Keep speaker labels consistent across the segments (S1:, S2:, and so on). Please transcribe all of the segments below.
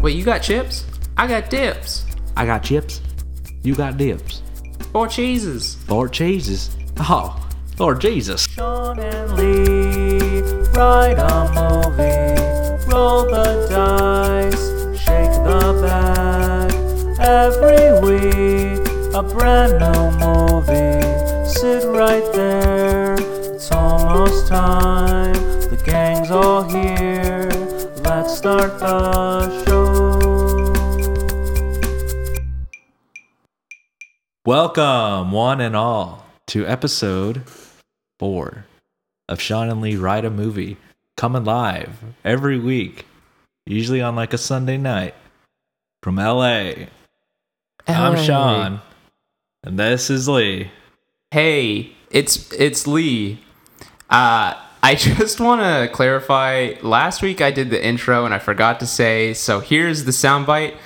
S1: Wait, you got chips? I got dips.
S2: I got chips. You got dips.
S1: Four cheeses.
S2: Lord Jesus. Oh, Lord Jesus.
S3: Sean and Lee write a movie, roll the dice, shake the bat. Every week, a brand new movie. Sit right there, it's almost time. The gang's all here. Let's start the show.
S2: Welcome, one and all, to episode four of Sean and Lee Write a Movie, coming live every week, usually on like a Sunday night from LA. I'm
S1: Hey.
S2: Sean, and this is Lee.
S1: Hey, it's it's Lee. Uh, I just want to clarify. Last week I did the intro and I forgot to say. So here's the soundbite.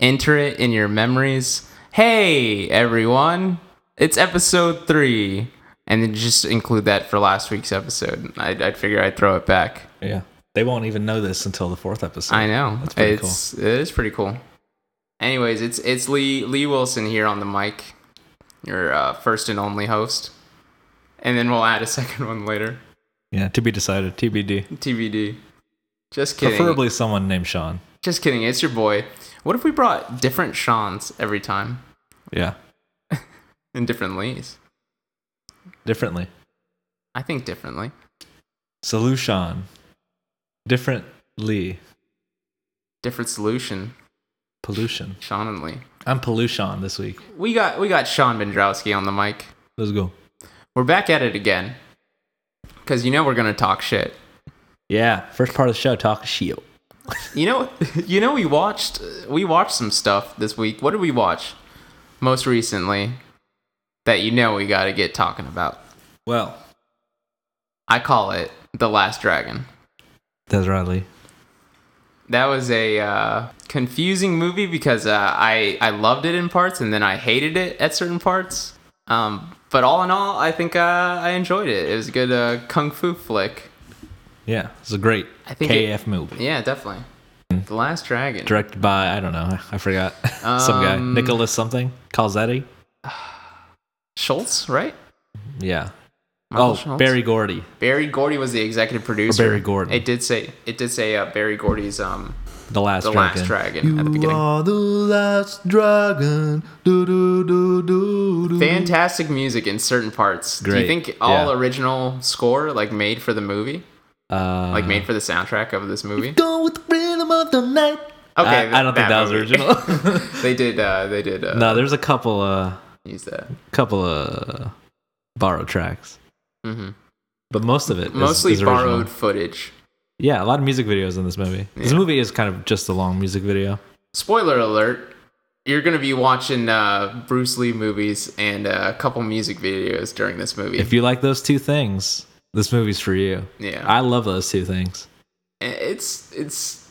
S1: Enter it in your memories. Hey everyone, it's episode three, and then just include that for last week's episode. I'd, I'd figure I'd throw it back.
S2: Yeah. They won't even know this until the fourth episode.
S1: I know.
S2: That's pretty
S1: it's it is pretty cool. Anyways, it's it's Lee Lee Wilson here on the mic, your uh, first and only host, and then we'll add a second one later.
S2: cool. Yeah, to be decided. TBD.
S1: TBD. Just kidding.
S2: Preferably someone named Sean.
S1: Just kidding. It's your boy. What if we brought different Sean's every time
S2: Yeah.
S1: and different Lees?
S2: Differently.
S1: I think differently.
S2: Solution. Differently.
S1: Different solution.
S2: Pollution.
S1: Sean and Lee.
S2: I'm pollution this week.
S1: We got we got Sean Bendrowski on the mic.
S2: Let's go.
S1: We're back at it again. Cause you know we're gonna talk shit.
S2: Yeah, first part of the show, talk shit.
S1: You know, you know, we watched we watched some stuff this week. What did we watch most recently that you know we got to get talking about?
S2: Well,
S1: I call it the Last Dragon.
S2: that's Riley.
S1: That was a uh, confusing movie because uh, I I loved it in parts and then I hated it at certain parts. Um, but all in all, I think uh, I enjoyed it. It was a good uh, kung fu flick.
S2: Yeah, it's a great
S1: I think it-
S2: KF movie.
S1: Yeah, definitely. The Last Dragon.
S2: Directed by, I don't know, I forgot. Some guy.
S1: Um,
S2: Nicholas something. Calzetti.
S1: Schultz, right?
S2: Yeah.
S1: Michael
S2: oh,
S1: Schultz?
S2: Barry Gordy.
S1: Barry Gordy was the executive producer.
S2: Barry Gordon.
S1: It did say it did say uh, Barry Gordy's um
S2: The Last
S1: the
S2: Dragon.
S1: last dragon at the beginning.
S2: are the last dragon. Do, do, do, do, do.
S1: Fantastic music in certain parts. Do
S2: Great.
S1: you think all
S2: Yeah.
S1: original score like made for the movie,
S2: Uh,
S1: like made for the soundtrack of this movie?
S2: Go with the rhythm of the night.
S1: Okay,
S2: I, I don't think that was
S1: movie.
S2: original.
S1: they did. Uh, they did uh,
S2: no, there's a couple, uh,
S1: use that.
S2: couple of borrowed tracks,
S1: hmm
S2: but most of it is-
S1: Mostly
S2: is original.
S1: borrowed footage.
S2: Yeah, a lot of music videos in this movie. This
S1: Yeah.
S2: movie is kind of just a long music video.
S1: Spoiler alert. You're gonna be watching uh, Bruce Lee movies and uh, a couple music videos during this movie.
S2: If you like those two things, this movie's for you.
S1: yeah,
S2: I love those two things.
S1: Eh, it's it's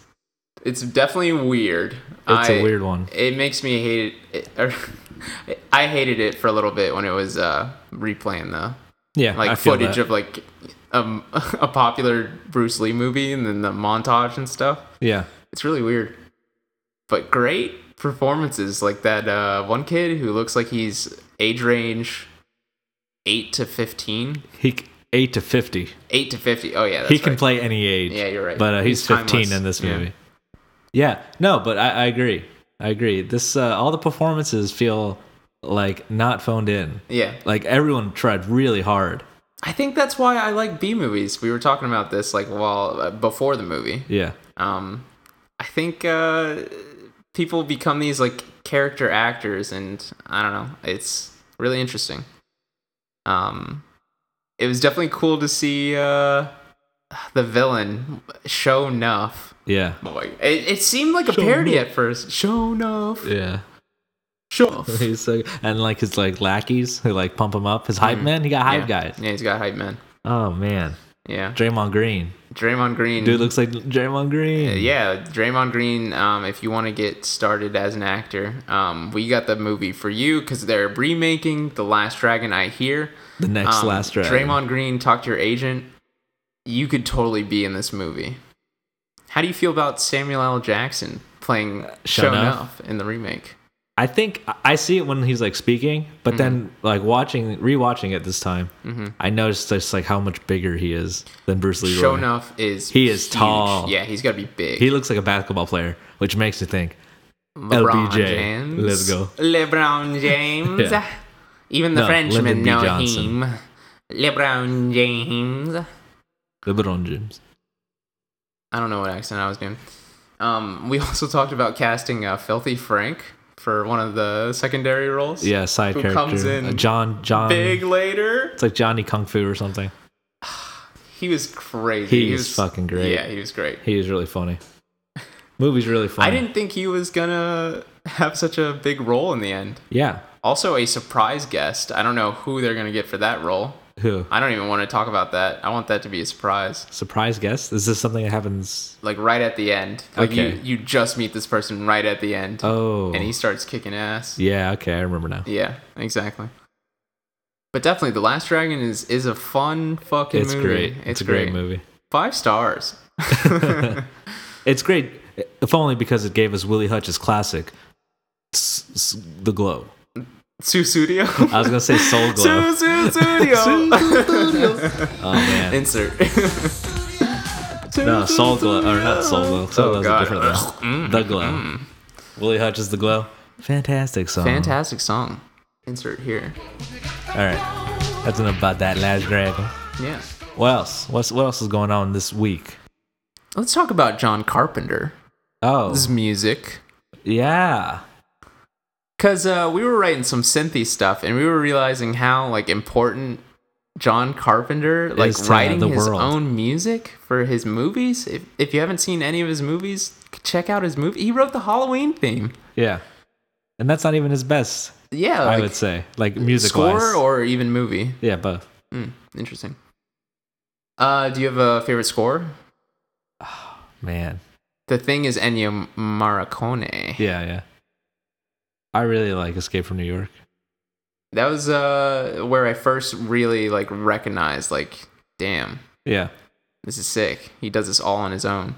S1: it's definitely weird.
S2: It's
S1: a
S2: a weird one.
S1: It makes me hate it. or, I hated it for a little bit when it was uh, replaying the
S2: Yeah,
S1: like
S2: I feel
S1: footage
S2: that.
S1: of like um, a popular Bruce Lee movie and then the montage and stuff.
S2: yeah,
S1: It's really weird, but great performances. Like that uh, one kid who looks like he's age range eight to fifteen.
S2: he c- eight to fifty.
S1: Eight to fifty. Oh yeah, that's
S2: he can
S1: right.
S2: play any age.
S1: Yeah, you're right.
S2: But uh, he's,
S1: He's
S2: 15
S1: timeless.
S2: in this
S1: Yeah.
S2: movie. Yeah, no, but I, I agree. I agree. This uh, all the performances feel like not phoned in.
S1: Yeah,
S2: Like everyone tried really hard.
S1: I think that's why I like B movies. We were talking about this like while uh, before the movie.
S2: Yeah,
S1: Um, I think uh, people become these like character actors, and I don't know. It's really interesting. Um, it was definitely cool to see uh, the villain show enough.
S2: yeah,
S1: Boy, it, it seemed like a
S2: Show
S1: parody at first. Show enough.
S2: yeah.
S1: Show enough.
S2: He's like, and like his like lackeys who like pump him up. His hype man, he got hype
S1: Mm-hmm. yeah.
S2: guys.
S1: Yeah, he's got hype man.
S2: Oh man,
S1: Yeah,
S2: Draymond Green,
S1: Draymond Green.
S2: dude looks like Draymond Green.
S1: Mm-hmm. Uh, yeah, Draymond Green. Um, if you want to get started as an actor, um, we got the movie for you because they're remaking The Last Dragon. I hear
S2: the next
S1: Um,
S2: last round.
S1: Draymond Green, talk to your agent. You could totally be in this movie. How do you feel about Samuel L. Jackson playing
S2: Show
S1: Show
S2: Nuff.
S1: Enough in the remake.
S2: I think I- I see it when he's like speaking, but then
S1: Mm-hmm.
S2: like watching, rewatching it this time, I noticed just like how much bigger he is than Bruce Lee.
S1: Show Enough is
S2: He is
S1: huge.
S2: tall.
S1: Yeah, he's got to be big.
S2: He looks like a basketball player, which makes you think.
S1: LeBron
S2: LBJ.
S1: James.
S2: Let's go.
S1: LeBron James.
S2: Yeah.
S1: Even the
S2: No, Lyndon
S1: Frenchmen
S2: B.
S1: know
S2: Johnson.
S1: him. LeBron James.
S2: LeBron James.
S1: I don't know what accent I was doing. Um, we also talked about casting uh, Filthy Frank for one of the secondary roles.
S2: Yeah, side
S1: Who
S2: character.
S1: comes in
S2: Uh, John. John.
S1: Big later.
S2: It's like Johnny Kung Fu or something.
S1: He was crazy.
S2: He is fucking great.
S1: Yeah, he was great.
S2: He is really funny. Movie's really funny.
S1: I didn't think he was gonna have such a big role in the end.
S2: Yeah.
S1: Also, a surprise guest. I don't know who they're gonna get for that role.
S2: Who?
S1: I don't even want to talk about that. I want that to be a surprise.
S2: Surprise guest? Is this something that happens?
S1: Like right at the end. Like
S2: Okay.
S1: you, you just meet this person right at the end.
S2: Oh.
S1: And he starts kicking ass.
S2: Yeah. Okay, I remember now.
S1: Yeah, exactly. But definitely, The Last Dragon is is a fun fucking
S2: It's
S1: movie.
S2: great. It's, a great, movie.
S1: Five stars.
S2: It's great, if only because it gave us Willie Hutch's classic, S- S- The Glow.
S1: Susudio.
S2: I was gonna say Soul Glow.
S1: Susudio.
S2: oh man,
S1: Insert.
S2: no Soul Glow Mm-hmm. or not Soul Glow. Soul
S1: Oh,
S2: Glow's a
S1: God.
S2: different one. The Glow. Willie Hutch's The Glow. Fantastic song.
S1: Fantastic song. Insert here.
S2: All right, that's enough about that Last Dragon.
S1: Yeah.
S2: What else? What's what else is going on this week?
S1: Let's talk about John Carpenter.
S2: Oh,
S1: His music.
S2: yeah.
S1: Cause uh, we were writing some synthy stuff, and we were realizing how like important John Carpenter, like
S2: Is to
S1: writing
S2: the
S1: his
S2: world.
S1: own music for his movies. If if you haven't seen any of his movies, check out his movie. He wrote the Halloween theme.
S2: Yeah. And that's not even his best,
S1: Yeah,
S2: I
S1: Uh, like,
S2: would say. Like music
S1: score
S2: wise.
S1: or even movie.
S2: yeah, both.
S1: Mm, interesting. Uh, do you have a favorite score?
S2: Man.
S1: The thing is Ennio Morricone.
S2: Yeah, yeah. I really like Escape from New York.
S1: That was uh where I first really like recognized like, damn,
S2: Yeah.
S1: This is sick. He does this all on his own.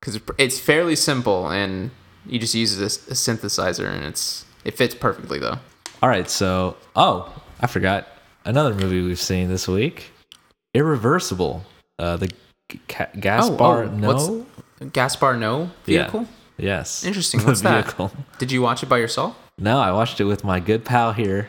S1: Because it's fairly simple, and he just uses a, a synthesizer, and it's it fits perfectly though.
S2: All right, so oh, I forgot another movie we've seen this week. Irreversible. Uh the G- Ca- Gaspar
S1: oh,
S2: No.
S1: what's- Gaspar No vehicle.
S2: Yes.
S1: Interesting.
S2: The
S1: What's that?
S2: vehicle.
S1: Did you watch it by yourself?
S2: No, I watched it with my good pal here,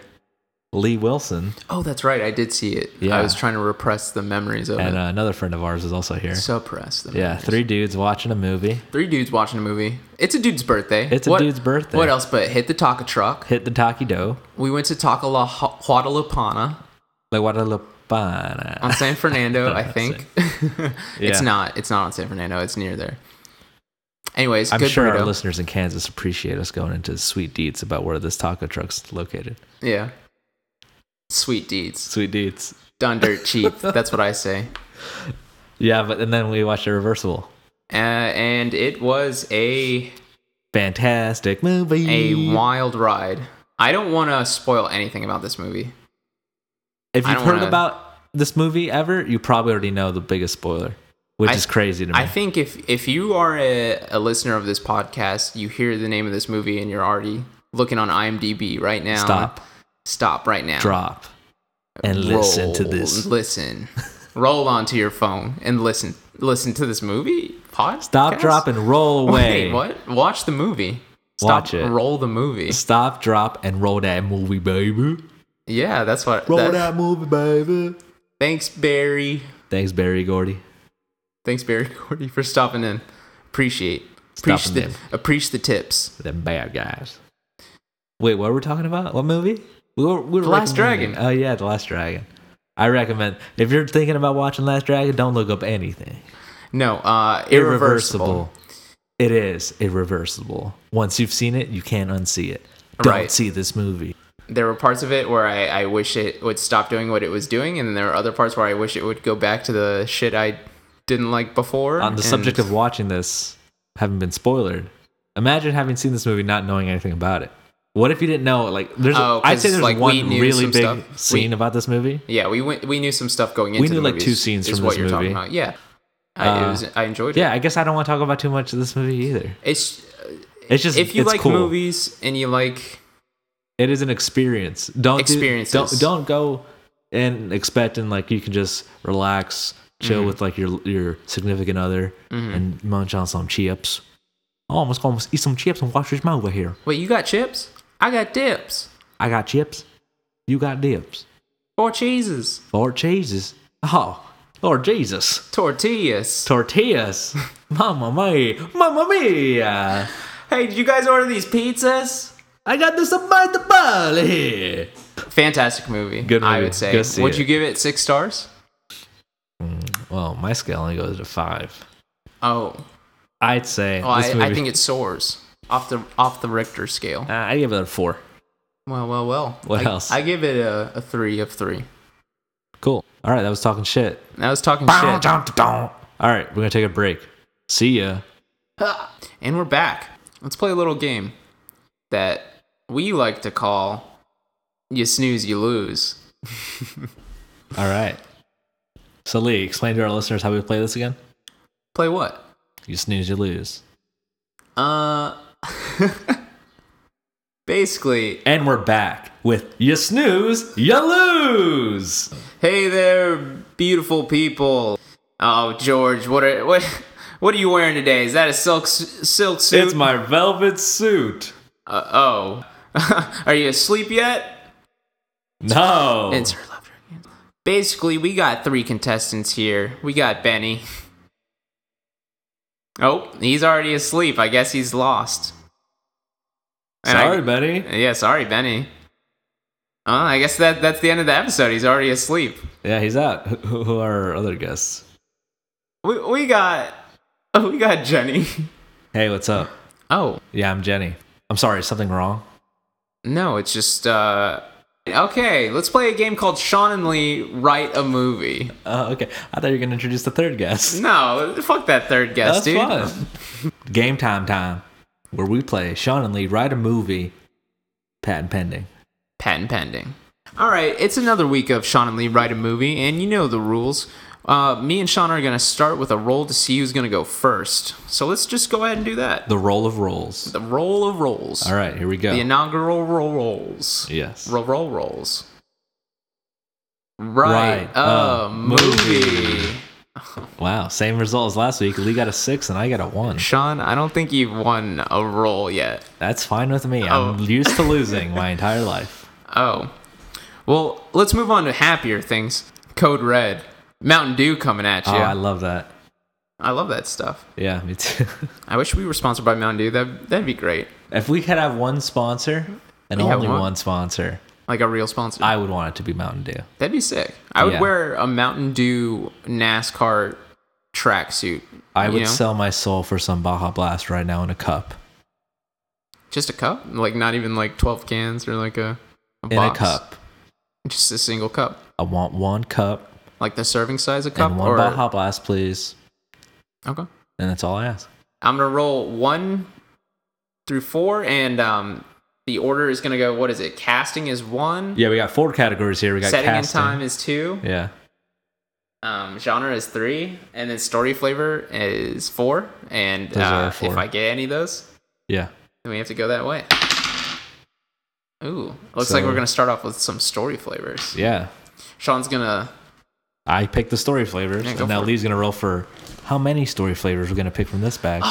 S2: Lee Wilson,
S1: Oh, that's right. I did see it.
S2: Yeah.
S1: I was trying to repress the memories of
S2: and
S1: it.
S2: uh, another friend of ours is also here.
S1: Suppress them.
S2: Yeah, three dudes watching a movie.
S1: Three dudes watching a movie. It's a dude's birthday.
S2: It's a dude's birthday.
S1: What else but hit the taco truck?
S2: Hit the Taki Do.
S1: We went to Taco La Ho- Huadalupana.
S2: La Guadalupana.
S1: on San Fernando, I
S2: That's
S1: think.
S2: Yeah.
S1: It's not. It's not on San Fernando. It's near there. Anyways,
S2: I'm
S1: good
S2: sure our
S1: burrito.
S2: listeners in Kansas appreciate us going into sweet deeds about where this taco truck's located.
S1: Yeah. Sweet deeds.
S2: Sweet deeds.
S1: Done dirt cheap. That's what I say.
S2: Yeah, but and then we watched Irreversible.
S1: Uh, and it was a
S2: Fantastic movie.
S1: a wild ride. I don't want to spoil anything about this movie.
S2: if
S1: I
S2: you've
S1: don't
S2: heard
S1: wanna-
S2: about this movie ever, you probably already know the biggest spoiler, which
S1: I-
S2: is crazy to me.
S1: I think if if you are a, a listener of this podcast, you hear the name of this movie and you're already looking on IMDb right now.
S2: Stop,
S1: Stop right now.
S2: drop, and listen to
S1: Roll,
S2: this.
S1: Listen. Roll onto your phone and listen. Listen to this movie. Pod.
S2: Stop, drop, and roll away.
S1: Wait, what? Watch the movie. Stop,
S2: Watch it.
S1: Roll the movie.
S2: Stop, drop, and roll that movie, baby.
S1: Yeah, that's what.
S2: Roll
S1: that-
S2: that movie, baby.
S1: thanks, Barry.
S2: Thanks, Barry Gordy.
S1: Thanks, Barry Gordy, for stopping in. Appreciate.
S2: Stopping
S1: Appreciate
S2: in.
S1: the, appreciate the tips.
S2: them bad guys. Wait, what were we talking about? What movie? We were, we were
S1: The Last
S2: recommending-
S1: Dragon.
S2: Oh yeah, The Last Dragon. I recommend if you're thinking about watching Last Dragon, don't look up anything.
S1: No, uh, irreversible.
S2: It is irreversible. Once you've seen it, you can't unsee it. Don't
S1: Right.
S2: see this movie.
S1: There were parts of it where I, I wish it would stop doing what it was doing, and then there were other parts where I wish it would go back to the shit I didn't like before.
S2: On the
S1: and-
S2: subject of watching this, having been spoiled, imagine having seen this movie not knowing anything about it. What if you didn't know? Like, there's,
S1: Oh,
S2: I'd
S1: 'cause,
S2: say there's
S1: like, we
S2: one
S1: knew some
S2: really big
S1: stuff. We-
S2: scene about this movie.
S1: Yeah, we went. We knew some stuff going into.
S2: We knew,
S1: the
S2: like, two
S1: movies,
S2: scenes
S1: is
S2: from
S1: what
S2: this
S1: you're talking
S2: movie. Uh,
S1: about. Yeah, I, it was, I enjoyed it.
S2: Yeah, I guess I don't want to talk about too much of this movie either.
S1: it's
S2: It's just
S1: if you
S2: it's
S1: like
S2: cool.
S1: movies and you like
S2: It is an experience. Don't experience.
S1: Experiences.
S2: don't don't go and expecting like you can just relax, chill
S1: Mm-hmm.
S2: with like your your significant other, and munch on some chips. Oh, I'm just gonna eat some chips and watch this movie here.
S1: wait, you got chips? I got dips.
S2: I got chips. You got dips.
S1: Four cheeses.
S2: Lord Jesus. Oh, Lord Jesus.
S1: Tortillas.
S2: Tortillas. Mamma mia. Mamma mia.
S1: Hey, did you guys order these pizzas?
S2: I got this about the ball here.
S1: Fantastic movie.
S2: Good
S1: I
S2: movie.
S1: would say.
S2: Go see
S1: would
S2: it.
S1: you give it six stars?
S2: Well, my scale only goes to five.
S1: Oh,
S2: I'd say
S1: well,
S2: this
S1: Oh, I, I
S2: movie-
S1: think it soars off the off the Richter scale.
S2: Uh, I give it a four.
S1: Well, well, well.
S2: What
S1: I,
S2: else?
S1: I give it a, a three of three.
S2: Cool. All right, that was talking shit.
S1: I was talking
S2: All
S1: shit.
S2: right, we're gonna take a break. See ya.
S1: And we're back. Let's play a little game that we like to call You Snooze, You Lose.
S2: All right. So Lee, explain to our listeners how we play this again.
S1: Play what?
S2: You snooze, you lose.
S1: Uh. basically,
S2: And we're back with you snooze, you lose.
S1: hey there, beautiful people. Oh, George, what are what? What are you wearing today? Is that a silk s- silk suit?
S2: It's my velvet suit.
S1: Uh, oh, are you asleep yet?
S2: No.
S1: It's her left hand. Basically, we got three contestants here. We got Benny. Oh, he's already asleep. I guess he's lost. And I-
S2: Sorry, buddy.
S1: yeah, sorry, Benny. Oh, I guess that that's the end of the episode. He's already asleep.
S2: Yeah, he's out. Who who are our other guests?
S1: We we got oh, we got Jenny.
S2: Hey, what's up?
S1: Oh
S2: Yeah, I'm Jenny. I'm sorry, is something wrong?
S1: no, it's just uh. Okay, let's play a game called Sean and Lee write a movie.
S2: Uh, okay. I thought you were gonna introduce the third guest.
S1: No, fuck that third guess, dude.
S2: fun. Game time time, where we play Sean and Lee write a movie, patent pending.
S1: patent pending. All right, it's another week of Sean and Lee write a movie, and you know the rules. Uh, me and Sean are going to start with a roll to see who's going to go first. So let's just go ahead and do that.
S2: The roll of rolls.
S1: The roll of rolls.
S2: All right, here we go.
S1: The inaugural roll rolls.
S2: yes.
S1: Roll roll rolls. Right.
S2: Right,
S1: Uh,
S2: uh,
S1: movie.
S2: Wow, same result as last week. Lee got a six and I got a one.
S1: Sean, I don't think you've won a roll yet.
S2: That's fine with me. I'm
S1: Oh.
S2: used to losing my entire life.
S1: Oh. Well, let's move on to happier things. Code Red. Mountain Dew coming at you.
S2: Oh, I love that.
S1: I love that stuff.
S2: Yeah, me too.
S1: I wish we were sponsored by Mountain Dew. That that'd be great.
S2: if we could have one sponsor and
S1: Yeah,
S2: only
S1: one-
S2: one sponsor,
S1: Like a real sponsor.
S2: I would want it to be Mountain Dew.
S1: that'd be sick. I would
S2: Yeah.
S1: wear a Mountain Dew NASCAR tracksuit.
S2: I
S1: you
S2: would
S1: know?
S2: sell my soul for some Baja Blast right now in a cup.
S1: just a cup, like not even like twelve cans or like a, a
S2: In
S1: box.
S2: a cup.
S1: just a single cup,
S2: I want one cup
S1: like the serving size of cup.
S2: and one
S1: or
S2: Baja Blast, please.
S1: okay,
S2: And that's all I ask.
S1: I'm gonna roll one through four, and um, the order is gonna go. What is it? Casting is one.
S2: Yeah, we got four categories here. We got
S1: Setting
S2: casting.
S1: and time is two.
S2: Yeah.
S1: um, genre is three, and then story flavor is four. And
S2: Those are
S1: uh,
S2: four.
S1: if I get any of those,
S2: Yeah.
S1: then we have to go that way. Ooh, looks like
S2: So-
S1: we're gonna start off with some story flavors.
S2: Yeah.
S1: Sean's gonna
S2: I picked the story flavors,
S1: Yeah, go
S2: and now
S1: for it.
S2: Lee's gonna roll for how many story flavors we're gonna pick from this bag.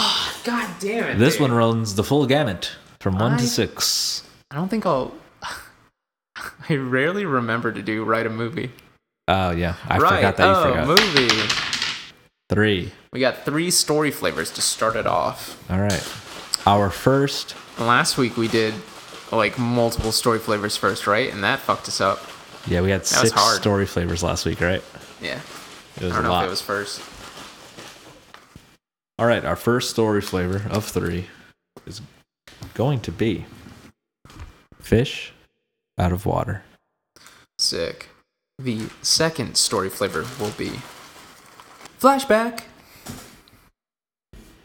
S1: God damn it!
S2: this
S1: dude.
S2: one runs the full gamut from one
S1: I-
S2: to six.
S1: I don't think I'll. I rarely remember to do write a movie.
S2: Oh yeah, I
S1: right.
S2: forgot that you
S1: oh,
S2: forgot
S1: movie.
S2: three.
S1: We got three story flavors to start it off.
S2: All right, our first.
S1: Last week we did like multiple story flavors first, right? And that fucked us up.
S2: Yeah, we had
S1: was
S2: six
S1: hard.
S2: story flavors last week, right?
S1: Yeah.
S2: It was
S1: I
S2: a
S1: don't know
S2: lot.
S1: if it was first.
S2: All right, our first story flavor of three is going to be fish out of water.
S1: Sick. The second story flavor will be flashback.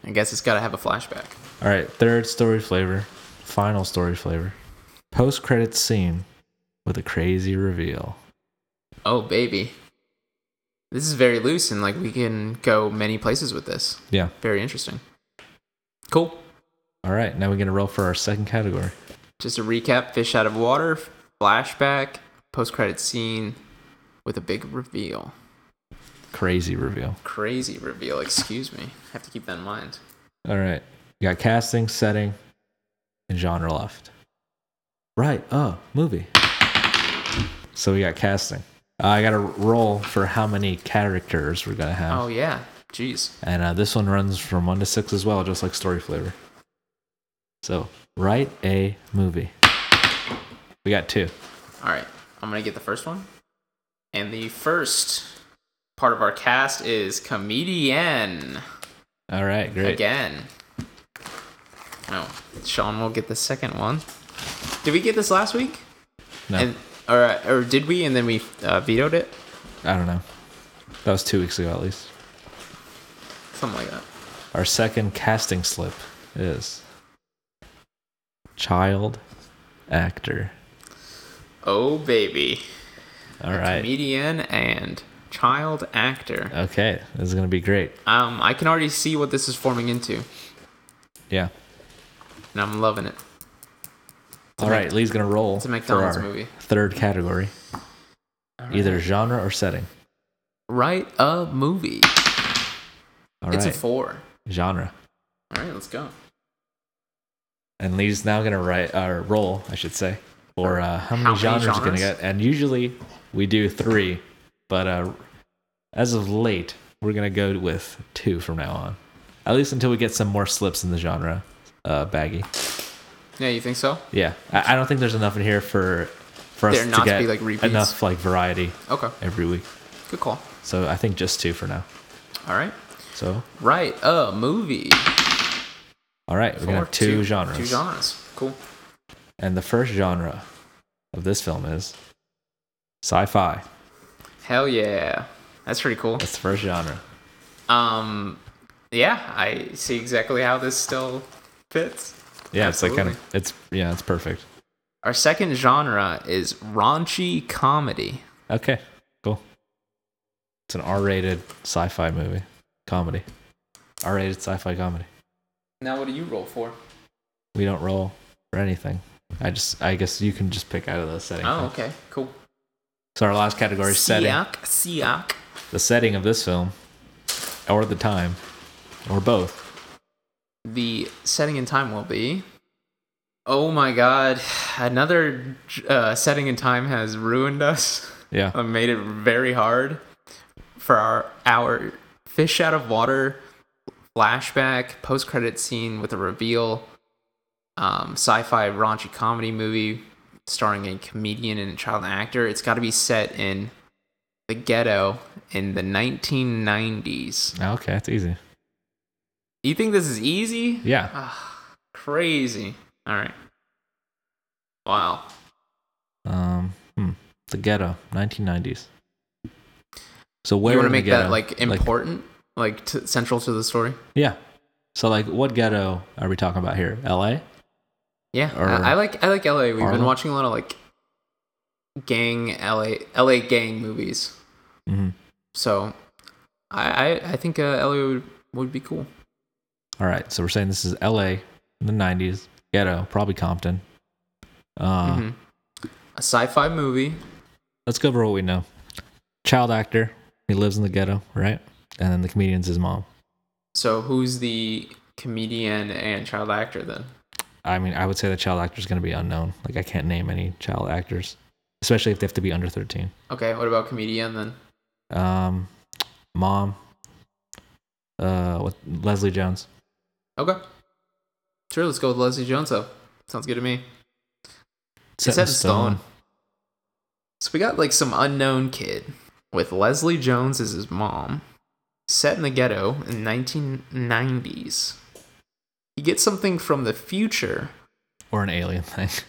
S1: I guess it's got to have a flashback.
S2: All right, third story flavor, final story flavor, post credits scene with a crazy reveal.
S1: Oh baby, this is very loose and like we can go many places with this.
S2: Yeah.
S1: Very interesting. Cool.
S2: All right, now we're gonna roll for our second category.
S1: Just a recap: fish out of water, flashback, post-credit scene with a big reveal.
S2: Crazy reveal.
S1: Crazy reveal. Excuse me. I have to keep that in mind.
S2: All right, you got casting, setting, and genre left. Right. Oh, movie. So we got casting. Uh, I got to roll for how many characters we're gonna have,
S1: Oh yeah. Jeez.
S2: and uh, this one runs from one to six as well, just like story flavor. So write a movie. We got two.
S1: All right. I'm gonna get the first one. And the first part of our cast is comedian
S2: All right, great.
S1: again. Oh, Sean will get the second one. Did we get this last week?
S2: No,
S1: And or uh, or did we? And then we uh, vetoed it.
S2: I don't know. That was two weeks ago, at least.
S1: Something like that.
S2: Our second casting slip is child actor.
S1: Oh baby.
S2: All right.
S1: Comedian and child actor.
S2: Okay, this is gonna be great.
S1: Um, I can already see what this is forming into,
S2: Yeah.
S1: and I'm loving it.
S2: All right, Lee's gonna roll
S1: a McDonald's movie.
S2: third category, either genre or setting.
S1: Write a movie.
S2: All right,
S1: it's a four.
S2: genre.
S1: All right, let's go.
S2: And Lee's now gonna write or roll, I should say, for uh, how many
S1: many
S2: genres, he's gonna
S1: genres?
S2: get. And usually we do three, but uh, as of late, we're gonna go with two from now on, at least until we get some more slips in the genre uh, baggy.
S1: Yeah, you think so?
S2: Yeah, I, I don't think there's enough in here for for us
S1: There not
S2: to
S1: to
S2: get
S1: be, like, repeats.
S2: enough like variety
S1: Okay,
S2: every week.
S1: good call.
S2: So I think just two for now.
S1: All right,
S2: So
S1: write a movie.
S2: all right, we're gonna
S1: Four,
S2: have two, genres.
S1: Two genres. Cool.
S2: And the first genre of this film is sci-fi.
S1: Hell yeah, that's pretty cool.
S2: That's the first genre.
S1: Um, yeah, I see exactly how this still fits.
S2: Yeah, it's like kind of it's yeah, it's perfect.
S1: Our second genre is raunchy comedy.
S2: Okay, cool. It's an R-rated sci-fi movie comedy. R-rated sci-fi comedy.
S1: Now, what do you roll for?
S2: We don't roll for anything. I just I guess you can just pick out of the setting.
S1: Oh, okay, cool.
S2: So our last category is setting.
S1: Siak, Siak.
S2: The setting of this film, or the time, or both.
S1: the setting and time will be. Oh my god, another uh, setting and time has ruined us.
S2: Yeah.
S1: Uh, made it very hard for our our fish out of water flashback post credit scene with a reveal um, sci-fi raunchy comedy movie starring a comedian and a child actor. It's got to be set in the ghetto in the 1990s.
S2: Okay, that's easy.
S1: You think this is easy?
S2: Yeah.
S1: Ah, crazy. All right. Wow.
S2: Um, hmm. The ghetto, 1990s. So where
S1: you want to
S2: in the
S1: make that
S2: ghetto-
S1: like important, like, t- central to the story?
S2: yeah. So like, what ghetto are we talking about here? L.A.
S1: Yeah.
S2: Or-
S1: I, I like I like LA. We've
S2: Harlem?
S1: been watching a lot of like gang LA LA gang movies.
S2: Mm-hmm.
S1: So I I, I think uh, LA would, would be cool.
S2: All right. So we're saying this is L.A. in the 90s ghetto, probably Compton. Uh,
S1: Mhm. A sci-fi movie.
S2: Let's go over what we know. Child actor. He lives in the ghetto, right? And then the comedian's his mom.
S1: So who's the comedian and child actor then?
S2: I mean, I would say the child actor is going to be unknown. Like, I can't name any child actors, especially if they have to be under 13.
S1: Okay, what about comedian then?
S2: Um, mom, uh, what, Leslie Jones.
S1: Okay. Sure, let's go with Leslie Jones though. Sounds good to me.
S2: Set
S1: set in stone. So we got like some unknown kid with Leslie Jones as his mom, set in the ghetto in 1990s. He gets something from the future
S2: Or an alien thing.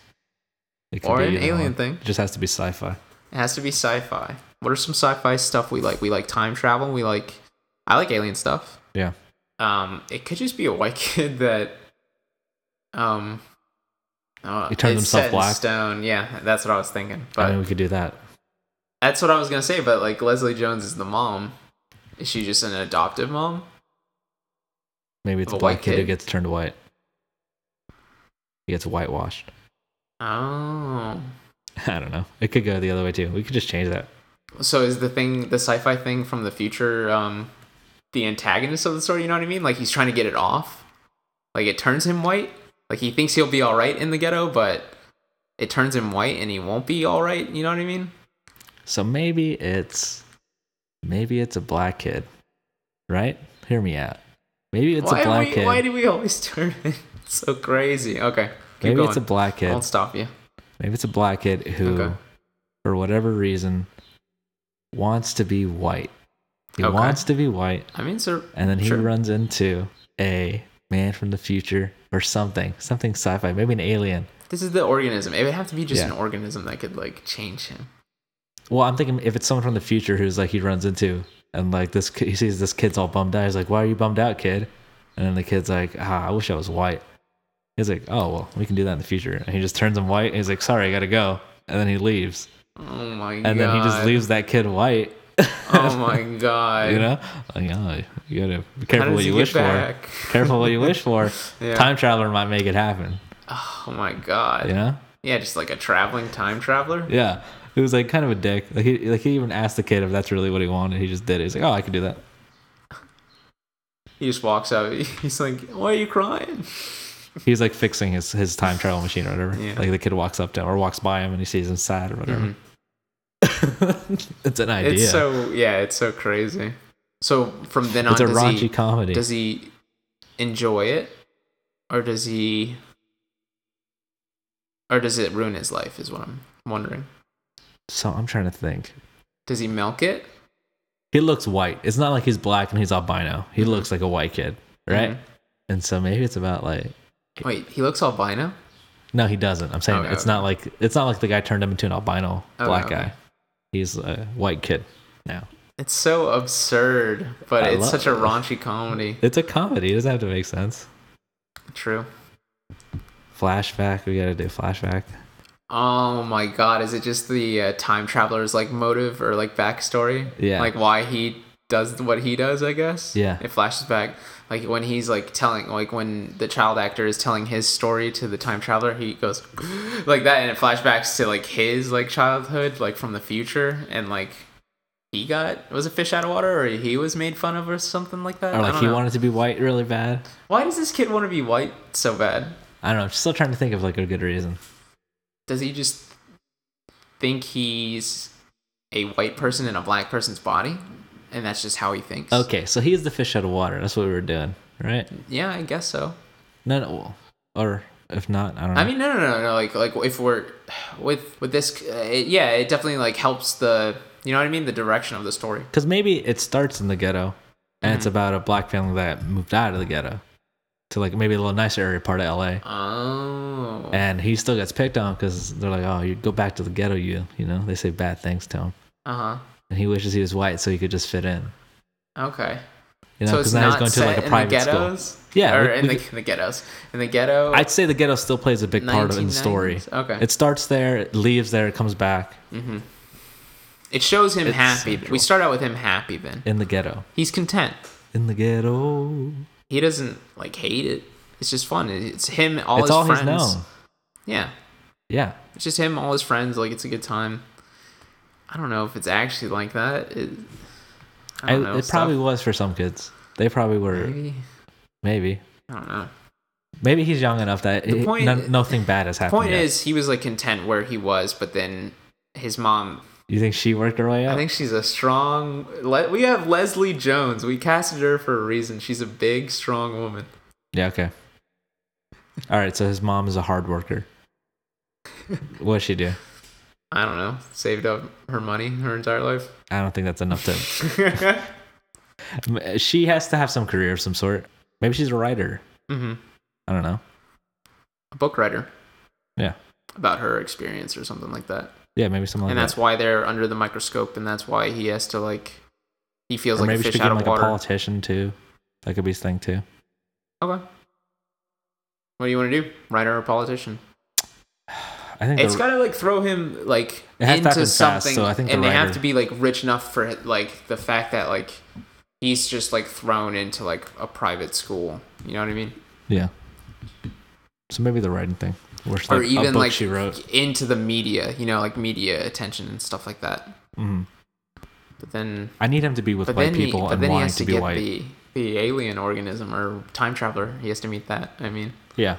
S2: It could
S1: or
S2: be
S1: an
S2: either
S1: alien
S2: one.
S1: thing.
S2: It just has to be sci fi.
S1: It has to be sci-fi. What are some sci-fi stuff we like? We like time travel. We like I like alien stuff.
S2: Yeah.
S1: Um, it could just be a white kid that um uh,
S2: He turned
S1: it's
S2: himself
S1: set in
S2: black?
S1: Stone. Yeah, that's what I was thinking.
S2: I
S1: But
S2: mean, we could do that.
S1: That's what I was gonna say, but like Leslie Jones is the mom. Is she just an adoptive mom?
S2: Maybe it's
S1: Of
S2: a
S1: a
S2: black
S1: white
S2: kid, who
S1: kid?
S2: gets turned white. gets whitewashed.
S1: Oh.
S2: I don't know. It could go the other way too. We could just change that.
S1: So is the thing the sci-fi thing from the future um the antagonist of the story, you know what I mean? Like he's trying to get it off. Like it turns him white. Like he thinks he'll be all right in the ghetto, but it turns him white and he won't be all right, you know what I mean?
S2: So maybe it's maybe it's a black kid, right? Hear me out. Maybe it's
S1: why
S2: a black
S1: we,
S2: kid.
S1: Why do we always turn it so crazy? Okay. Keep
S2: maybe
S1: going.
S2: it's a black
S1: I
S2: kid.
S1: won't stop you.
S2: Maybe it's a black kid who,
S1: Okay.
S2: for whatever reason, wants to be white. He
S1: Okay.
S2: wants to be white,
S1: I mean, sir.
S2: and then he
S1: Sure.
S2: runs into a man from the future or something, something sci-fi, maybe an alien.
S1: This is the organism. It would have to be just
S2: Yeah.
S1: an organism that could like change him.
S2: Well, I'm thinking if it's someone from the future who's like he runs into, and like this, kid, he sees this kid's all bummed out. He's like, "Why are you bummed out, kid?" And then the kid's like, "Ah, I wish I was white." He's like, "Oh well, we can do that in the future." And he just turns him white. And he's like, "Sorry, I gotta go," and then he leaves.
S1: Oh my god.
S2: And then he just leaves that kid white.
S1: Oh my god.
S2: you know, like, oh, you gotta be
S1: How
S2: careful
S1: does
S2: what
S1: he
S2: you
S1: get
S2: wish for.
S1: back?
S2: Careful what you wish for.
S1: Yeah.
S2: Time traveler might make it happen.
S1: Oh my god.
S2: You know?
S1: Yeah, just like a traveling time traveler.
S2: Yeah. It was like kind of a dick. Like he, like he even asked the kid if that's really what he wanted. He just did it. He's like, oh, I can do that.
S1: He just walks out. He's like, "Why are you crying?"
S2: He's like fixing his, his time travel machine or whatever.
S1: Yeah.
S2: Like the kid walks up to him or walks by him and he sees him sad or whatever. it's an
S1: Mm-hmm.
S2: idea.
S1: It's
S2: It's,
S1: so yeah, it's so crazy. So from then on,
S2: a
S1: does
S2: raunchy
S1: he
S2: comedy.
S1: does he enjoy it, or does he, or does it ruin his life? Is what I'm wondering.
S2: so I'm trying to think.
S1: Does he milk it?
S2: He looks white. It's not like he's black and he's albino. He
S1: Mhm.
S2: looks like a white kid, right?
S1: Mhm.
S2: And so maybe it's about like
S1: Wait, he looks albino.
S2: No, he doesn't. I'm saying
S1: Okay,
S2: it's
S1: okay.
S2: not like it's not like the guy turned him into an albino
S1: Okay,
S2: black
S1: okay.
S2: guy. He's a white kid now.
S1: It's so absurd, but
S2: I
S1: it's
S2: love
S1: such a
S2: it.
S1: raunchy comedy.
S2: It's a comedy. It doesn't have to make sense.
S1: True.
S2: Flashback. We gotta do flashback.
S1: Oh my god, is it just the uh, time traveler's like motive or like backstory?
S2: Yeah.
S1: Like why he does what he does, I guess?
S2: Yeah.
S1: It flashes back. Like when he's like telling, like when the child actor is telling his story to the time traveler, he goes like that and it flashbacks to like his like childhood, like from the future and like he got was a fish out of water or he was made fun of or something like that.
S2: Or
S1: I
S2: like
S1: don't
S2: he
S1: know.
S2: wanted to be white really bad.
S1: why does this kid want to be white so bad?
S2: I don't know. I'm still trying to think of like a good reason.
S1: does he just think he's a white person in a black person's body and that's just how he thinks
S2: Okay, so he's the fish out of water. That's what we were doing, right?
S1: yeah i guess so
S2: No, no. well, Or if not, I don't know.
S1: i mean no no no no like like if we're with with this uh, it, yeah it definitely like helps the you know what i mean the direction of the story
S2: because maybe it starts in the ghetto, and
S1: Mm-hmm.
S2: it's about a black family that moved out of the ghetto to like maybe a little nicer area part of L.A.
S1: oh
S2: and he still gets picked on because they're like, "Oh, you go back to the ghetto, you." You know, they say bad things to him,
S1: uh-huh
S2: and he wishes he was white so he could just fit in.
S1: okay
S2: You know,
S1: so it's
S2: because now he's
S1: not
S2: going to
S1: set
S2: like a
S1: in
S2: private
S1: the
S2: school.
S1: ghettos
S2: Yeah,
S1: or
S2: we-
S1: in
S2: we
S1: the, the ghettos in the ghetto
S2: I'd say the ghetto still plays a big part of it in the story.
S1: 1990s? okay
S2: It starts there, it leaves there, it comes back
S1: hmm it shows him
S2: It's
S1: happy
S2: central.
S1: we start out with him happy then
S2: in the ghetto.
S1: he's content
S2: In the ghetto,
S1: he doesn't like hate it. It's just fun. It's him, all
S2: it's
S1: his
S2: all
S1: friends.
S2: he's known.
S1: Yeah,
S2: Yeah,
S1: it's just him, all his friends. Like it's a good time. I don't know if it's actually like that. It, I
S2: I
S1: don't know.
S2: it
S1: stuff.
S2: probably was for some kids. They probably were. Maybe.
S1: maybe.
S2: Maybe,
S1: I don't know.
S2: he's young enough that
S1: The
S2: it-
S1: point-
S2: no- nothing bad has happened.
S1: Point
S2: yet.
S1: is, he was like content where he was, but then his mom.
S2: you think she worked her way up?
S1: I think she's a strong. Le- we have Leslie Jones. We casted her for a reason. She's a big, strong woman.
S2: Yeah, okay. All right, so his mom is a hard worker. what does she do?
S1: I don't know. Saved up her money her entire life. Mm-hmm.
S2: I don't think that's enough to. M- She has to have some career of some sort. Maybe she's a writer.
S1: hmm
S2: I don't know.
S1: A book writer.
S2: Yeah.
S1: About her experience or something like that.
S2: Yeah, maybe someone.
S1: and
S2: like
S1: that's why they're under the microscope, and that's why he has to like he
S2: that.
S1: feels
S2: Or
S1: like a
S2: maybe she
S1: fish
S2: could
S1: out of
S2: become like a
S1: water.
S2: politician too. That could be his thing too.
S1: Okay. What do you want to do, writer or politician?
S2: I think
S1: It's
S2: the-
S1: got to like throw him like
S2: It has to
S1: into
S2: happen fast,
S1: something,
S2: so I think the
S1: and they have
S2: writer-
S1: to be like rich enough for like the fact that like he's just like thrown into like a private school. You know what I mean?
S2: yeah. So maybe the writing thing. Or, it's
S1: or
S2: like a
S1: even
S2: book
S1: like
S2: she wrote.
S1: into the media, you know, like media attention and stuff like that.
S2: Mhm.
S1: But then,
S2: I need him to be with
S1: but
S2: white
S1: then,
S2: people
S1: he, but
S2: and
S1: then he
S2: wanting
S1: has
S2: to
S1: to,
S2: be
S1: get
S2: white.
S1: the the alien organism or time traveler. He has to meet that. I mean,
S2: Yeah.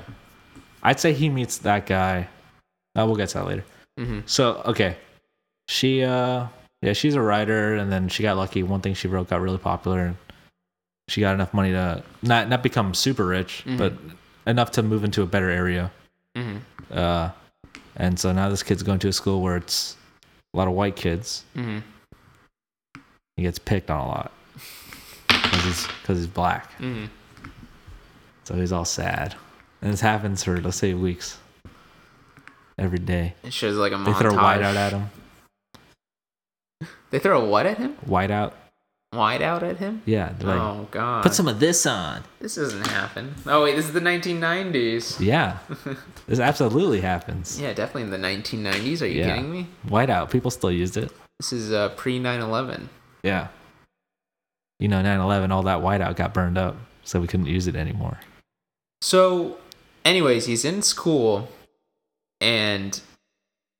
S2: I'd say he meets that guy. Oh, we'll get to that later.
S1: hmm
S2: So, okay. She, uh, yeah, she's a writer and then she got lucky. One thing she wrote got really popular and she got enough money to not, not become super rich,
S1: Mhm.
S2: but enough to move into a better area.
S1: hmm
S2: Uh, and so now this kid's going to a school where it's a lot of white kids.
S1: hmm
S2: He gets picked on a lot because he's, 'cause he's black.
S1: hmm
S2: So he's all sad. And this happens for, let's say, weeks. Every day.
S1: it shows like a
S2: They
S1: montage.
S2: throw white out at him.
S1: They throw what at him?
S2: White out.
S1: White out at him?
S2: Yeah. They're like,
S1: oh God!
S2: put some of this on.
S1: This doesn't happen. Oh wait, this is the 1990s.
S2: Yeah. this absolutely happens.
S1: Yeah, definitely in the 1990s. Are you
S2: Yeah.
S1: kidding me?
S2: White out. People still used it.
S1: This is uh, pre 9/11.
S2: Yeah. You know, 9 11, all that white out got burned up. So we couldn't use it anymore.
S1: So, anyways, he's in school, and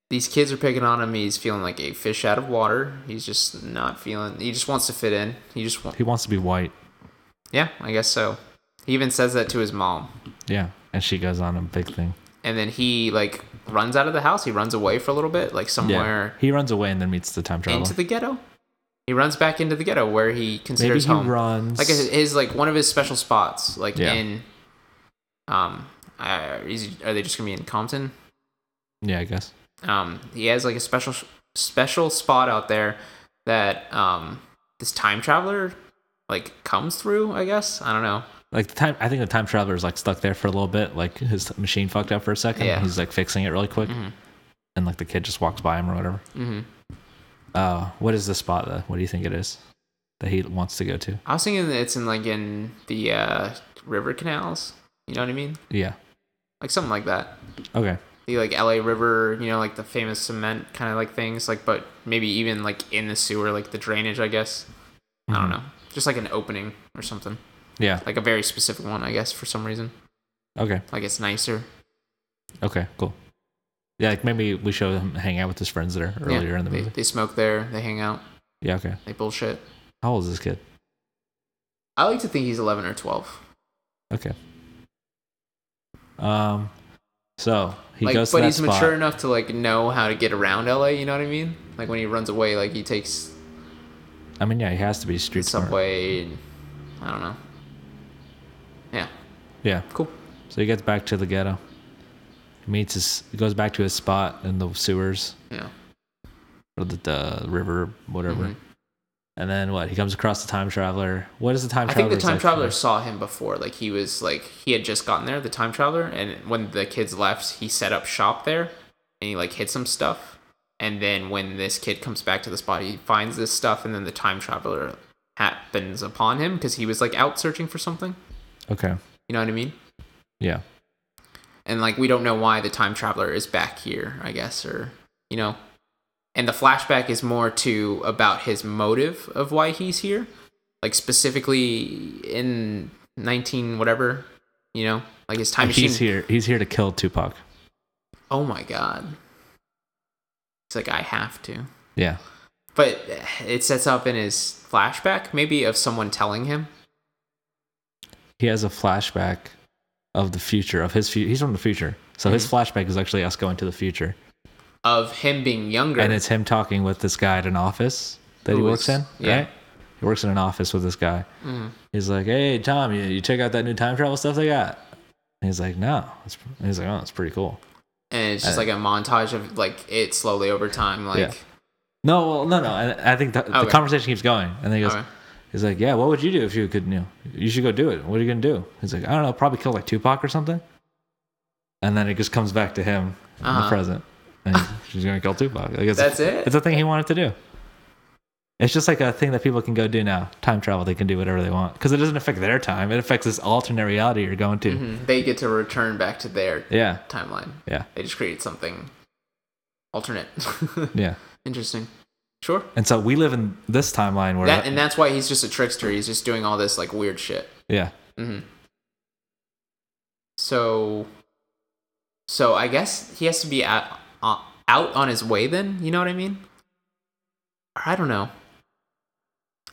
S1: these kids are picking on him. He's feeling like a fish out of water. He's just not feeling. He just wants to fit in. He just wants.
S2: He wants to be white.
S1: Yeah, I guess so. He even says that to his mom,
S2: Yeah. And she goes on a big thing.
S1: and then he like runs out of the house. He runs away for a little bit, like somewhere
S2: He runs away and then meets the time traveler.
S1: into the ghetto. He runs back into the ghetto where he
S2: Maybe
S1: considers
S2: he
S1: home.
S2: runs.
S1: like his, his like one of his special spots like
S2: Yeah.
S1: in um uh, is, he- are they just gonna be in compton
S2: yeah, I guess.
S1: um he has like a special special spot out there that um this time traveler like comes through i guess i don't know
S2: like the time i think the time traveler is like stuck there for a little bit like his machine fucked up for a second
S1: Yeah.
S2: he's like fixing it really quick
S1: Mhm.
S2: and like the kid just walks by him or whatever
S1: hmm
S2: uh what is the spot though what do you think it is that he wants to go to
S1: i was thinking that it's in like in the uh river canals you know what i mean
S2: yeah
S1: like something like that
S2: okay
S1: the like la river you know like the famous cement kind of like things like but maybe even like in the sewer like the drainage i guess i don't
S2: Mhm.
S1: know just like an opening or something
S2: yeah
S1: like a very specific one, I guess, for some reason.
S2: okay
S1: Like it's nicer.
S2: okay cool yeah like maybe we show him hang out with his friends there
S1: Yeah,
S2: earlier in the
S1: they,
S2: movie
S1: they smoke there, they hang out,
S2: yeah okay
S1: they bullshit.
S2: how old is this kid
S1: I like to think he's eleven or twelve.
S2: okay um so he
S1: like,
S2: goes to
S1: but
S2: that
S1: he's
S2: spot
S1: mature enough to like know how to get around LA. You know what I mean? Like when he runs away, like he takes
S2: i mean yeah he has to be
S1: the
S2: street smart.
S1: subway. And, I don't know. Yeah,
S2: yeah
S1: cool.
S2: So he gets back to the ghetto. He meets his he goes back to his spot in the sewers
S1: Yeah,
S2: or the, the river, whatever.
S1: Mhm.
S2: And then what? He comes across the time traveler. What is the time
S1: I
S2: traveler?
S1: think the time traveler saw him before. Like he was like he had just gotten there, the time traveler, and when the kids left, he set up shop there, and he like hid some stuff. And then when this kid comes back to the spot, he finds this stuff, and then the time traveler happens upon him because he was like out searching for something.
S2: Okay.
S1: You know what I mean?
S2: Yeah.
S1: And like we don't know why the time traveler is back here, I guess, or you know. And the flashback is more to about his motive of why he's here, like specifically in nineteen whatever, you know, like his time
S2: Like,
S1: machine.
S2: he's here. He's here to kill Tupac.
S1: Oh my god! It's like I have to,
S2: Yeah.
S1: but it sets up in his flashback maybe of someone telling him.
S2: He has a flashback of the future of his. Fu- he's from the future, so his
S1: Mm-hmm.
S2: flashback is actually us going to the future,
S1: Of him being younger,
S2: and it's him talking with this guy at an office that he
S1: Who
S2: works
S1: is-
S2: in.
S1: yeah.
S2: Right. He works in an office with this guy.
S1: Mhm.
S2: He's like, "Hey, Tom, you, you check out that new time travel stuff they got?" And he's like, "No." It's, and he's like, "Oh, it's pretty cool."
S1: and it's just
S2: Uh,
S1: like a montage of like it slowly over time, like.
S2: Yeah. No, well, no, no. I, I think the, the
S1: Okay.
S2: conversation keeps going, and then he goes,
S1: Okay.
S2: "He's like, yeah, what would you do if you could, you know, you should go do it. What are you gonna do?" He's like, "I don't know, probably kill like Tupac or something." And then it just comes back to him in the
S1: Uh-huh.
S2: present, and he's- he's gonna kill Tupac. Like, it's-
S1: That's it?
S2: It's a thing he wanted to do. It's just like a thing that people can go do now. Time travel, they can do whatever they want because it doesn't affect their time. It affects this alternate reality you're going to.
S1: Mhm. They get to return back to their
S2: Yeah,
S1: timeline.
S2: yeah,
S1: They just created something alternate.
S2: yeah.
S1: Interesting. Sure.
S2: And so we live in this timeline where,
S1: That, and that's why he's just a trickster. He's just doing all this like weird shit.
S2: yeah,
S1: hmm Mm-hmm. So So I guess he has to be out, uh, out on his way then. You know what I mean? Or I don't know.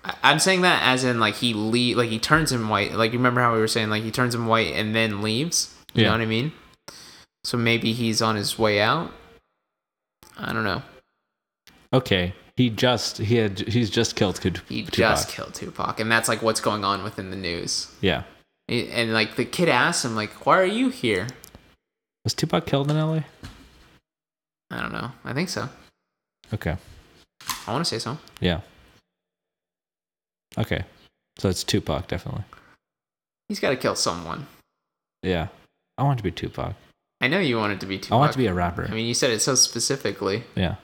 S1: I- I'm saying that as in like he le- like he turns him white. Like you remember how we were saying like he turns him white and then leaves. You
S2: Yeah.
S1: know what I mean? So maybe he's on his way out. I don't know.
S2: Okay, he just he had he's just killed Kud-
S1: He
S2: Tupac.
S1: just killed Tupac, and that's like what's going on within the news.
S2: yeah.
S1: And- And like the kid asks him like, "Why are you here?"
S2: Was Tupac killed in LA?
S1: I don't know. I think so.
S2: Okay.
S1: I want to say so.
S2: Yeah. Okay. So it's Tupac definitely.
S1: He's got to kill someone.
S2: Yeah. I want to be Tupac.
S1: I know you want it to be Tupac.
S2: I want to be a rapper.
S1: I mean, you said it so specifically.
S2: yeah.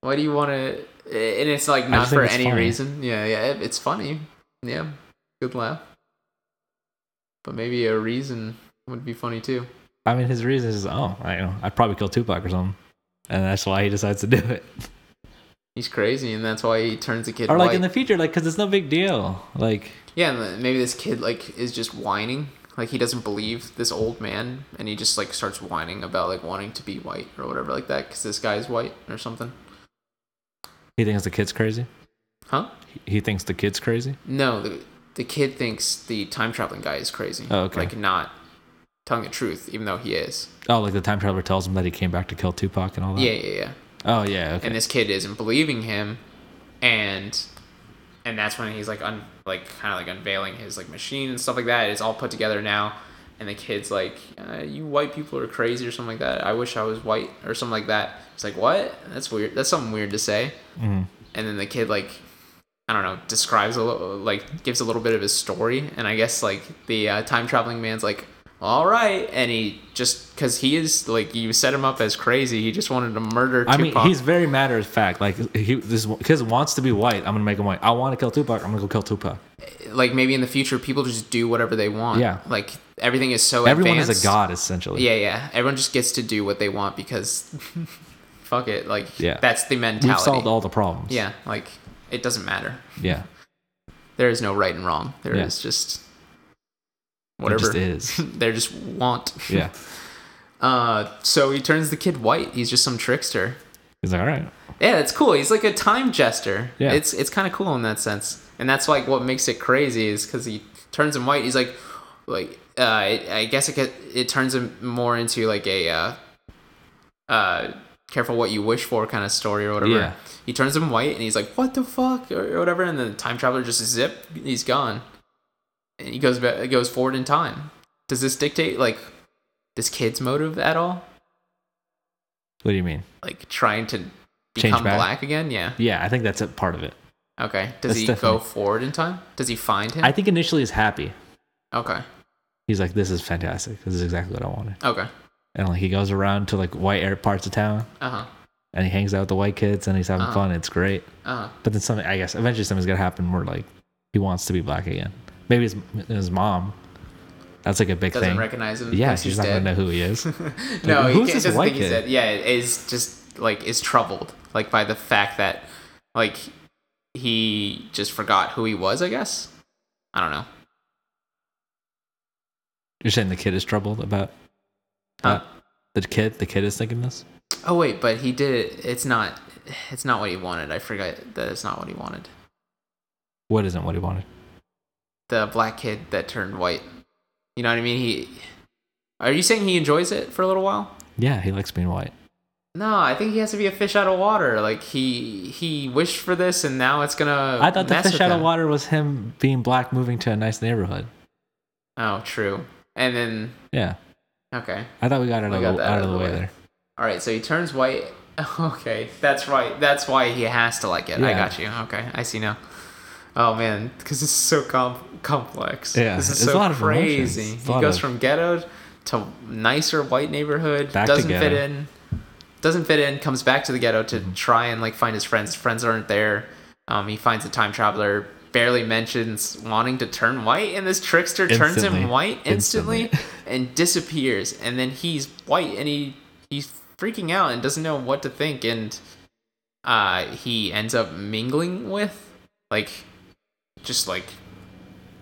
S1: Why do you want to? And it's like not
S2: just think
S1: for
S2: it's
S1: any
S2: funny.
S1: reason. Yeah, yeah. it- It's funny. Yeah, good laugh. But maybe a reason would be funny too.
S2: I mean, his reason is, oh, I know, I probably killed Tupac or something, and that's why he decides to do it.
S1: He's crazy, and that's why he turns the kid
S2: Or like
S1: white.
S2: in the future, like because it's no big deal. Like,
S1: yeah, and then maybe this kid like is just whining. Like he doesn't believe this old man, and he just like starts whining about like wanting to be white or whatever like that, because this guy's white or something.
S2: he thinks the kid's crazy.
S1: Huh?
S2: He thinks the kid's crazy.
S1: No, the the kid thinks the time traveling guy is crazy.
S2: Oh, okay.
S1: Like not telling the truth, even though he is.
S2: Oh, like the time traveler tells him that he came back to kill Tupac and all that.
S1: Yeah, yeah, yeah.
S2: Oh yeah. Okay.
S1: And this kid isn't believing him, and and that's when he's like un like kind of like unveiling his like machine and stuff like that. It's all put together now, and the kid's like, uh, "You white people are crazy" or something like that. I wish I was white or something like that. It's like what? That's weird. That's something weird to say.
S2: Mhm.
S1: and then the kid like i don't know describes a little like gives a little bit of his story and i guess like the uh, time traveling man's like all right and he just because he is like you set him up as crazy he just wanted to murder
S2: I
S1: Tupac.
S2: mean, he's very matter of fact. Like he, this kid wants to be white. I'm gonna make him white. I want to kill Tupac. I'm gonna go kill Tupac.
S1: like maybe in the future people just do whatever they want
S2: Yeah.
S1: like everything is so
S2: Everyone is
S1: advanced.
S2: a god essentially.
S1: yeah yeah everyone just gets to do what they want because fuck it like
S2: Yeah.
S1: that's the mentality
S2: We've solved all the problems.
S1: yeah like it doesn't matter
S2: Yeah.
S1: there is no right and wrong There is
S2: Yeah.
S1: just
S2: It
S1: whatever
S2: just is.
S1: there just want.
S2: Yeah.
S1: Uh, so he turns the kid white. He's just some trickster.
S2: He's like, all right.
S1: Yeah, it's cool. He's like a time jester.
S2: Yeah.
S1: it's it's kind of cool in that sense, and that's like what makes it crazy is because he turns him white. He's like, like uh, I, I guess it get, it turns him more into like a uh, uh, careful what you wish for kind of story or whatever.
S2: Yeah.
S1: He turns him white, and he's like, what the fuck or, or whatever, and then the time traveler just zip, he's gone, and he goes back, goes forward in time. Does this dictate like this kid's motive at all?
S2: What do you mean?
S1: like trying to become
S2: back?
S1: black again? Yeah.
S2: Yeah, I think that's a part of it.
S1: Okay. Does
S2: That's
S1: he
S2: definitely-
S1: go forward in time? Does he find him?
S2: I think initially he's happy.
S1: okay.
S2: He's like, this is fantastic. This is exactly what I wanted.
S1: Okay.
S2: And like he goes around to like white air parts of town
S1: Uh huh.
S2: and he hangs out with the white kids and he's having
S1: Uh-huh.
S2: fun. It's great.
S1: Uh huh.
S2: But then something, I guess, eventually something's gonna happen where like he wants to be black again. Maybe his his mom. That's like a big
S1: Doesn't
S2: thing.
S1: recognize him.
S2: yeah,
S1: thinks
S2: she's
S1: he's
S2: not
S1: dead.
S2: gonna know who he is.
S1: No,
S2: Like,
S1: he
S2: who's
S1: can't,
S2: this
S1: doesn't
S2: white
S1: think he's
S2: kid?
S1: dead. Yeah, is just like is troubled like by the fact that like he just forgot who he was. I guess. I don't know.
S2: You're saying the kid is troubled about
S1: Huh?
S2: uh, the kid. The kid is thinking this.
S1: Oh wait, but he did it. It's not. It's not what he wanted. I forgot that it's not what he wanted.
S2: What isn't what he wanted?
S1: the black kid that turned white. You know what I mean? He Are you saying he enjoys it for a little while?
S2: Yeah, he likes being white.
S1: No, I think he has to be a fish out of water. Like he he wished for this and now it's going to
S2: I thought the fish out of water was him being black, moving to a nice neighborhood.
S1: Oh, true. And then
S2: Yeah,
S1: okay.
S2: I thought we got it
S1: We
S2: out,
S1: got
S2: of,
S1: that
S2: out of the way, there.
S1: All right, so he turns white. Okay, that's right. That's why he has to like it. I
S2: Yeah.
S1: got you. Okay, I see now. Oh man, because it's so com- complex.
S2: Yeah,
S1: this is
S2: it's
S1: so
S2: a lot of emotions.
S1: crazy.
S2: It's a
S1: He
S2: lot
S1: goes
S2: of-
S1: from ghetto to nicer white neighborhood.
S2: Back to
S1: doesn't fit
S2: ghetto.
S1: in. Doesn't fit in. Comes back to the ghetto
S2: Mm-hmm.
S1: to try and like find his friends. His friends aren't there. Um, he finds a time traveler. Barely mentions wanting to turn white, and this trickster turns
S2: Instantly.
S1: him white instantly
S2: Instantly.
S1: and disappears and then he's white and he he's freaking out and doesn't know what to think and uh he ends up mingling with like just like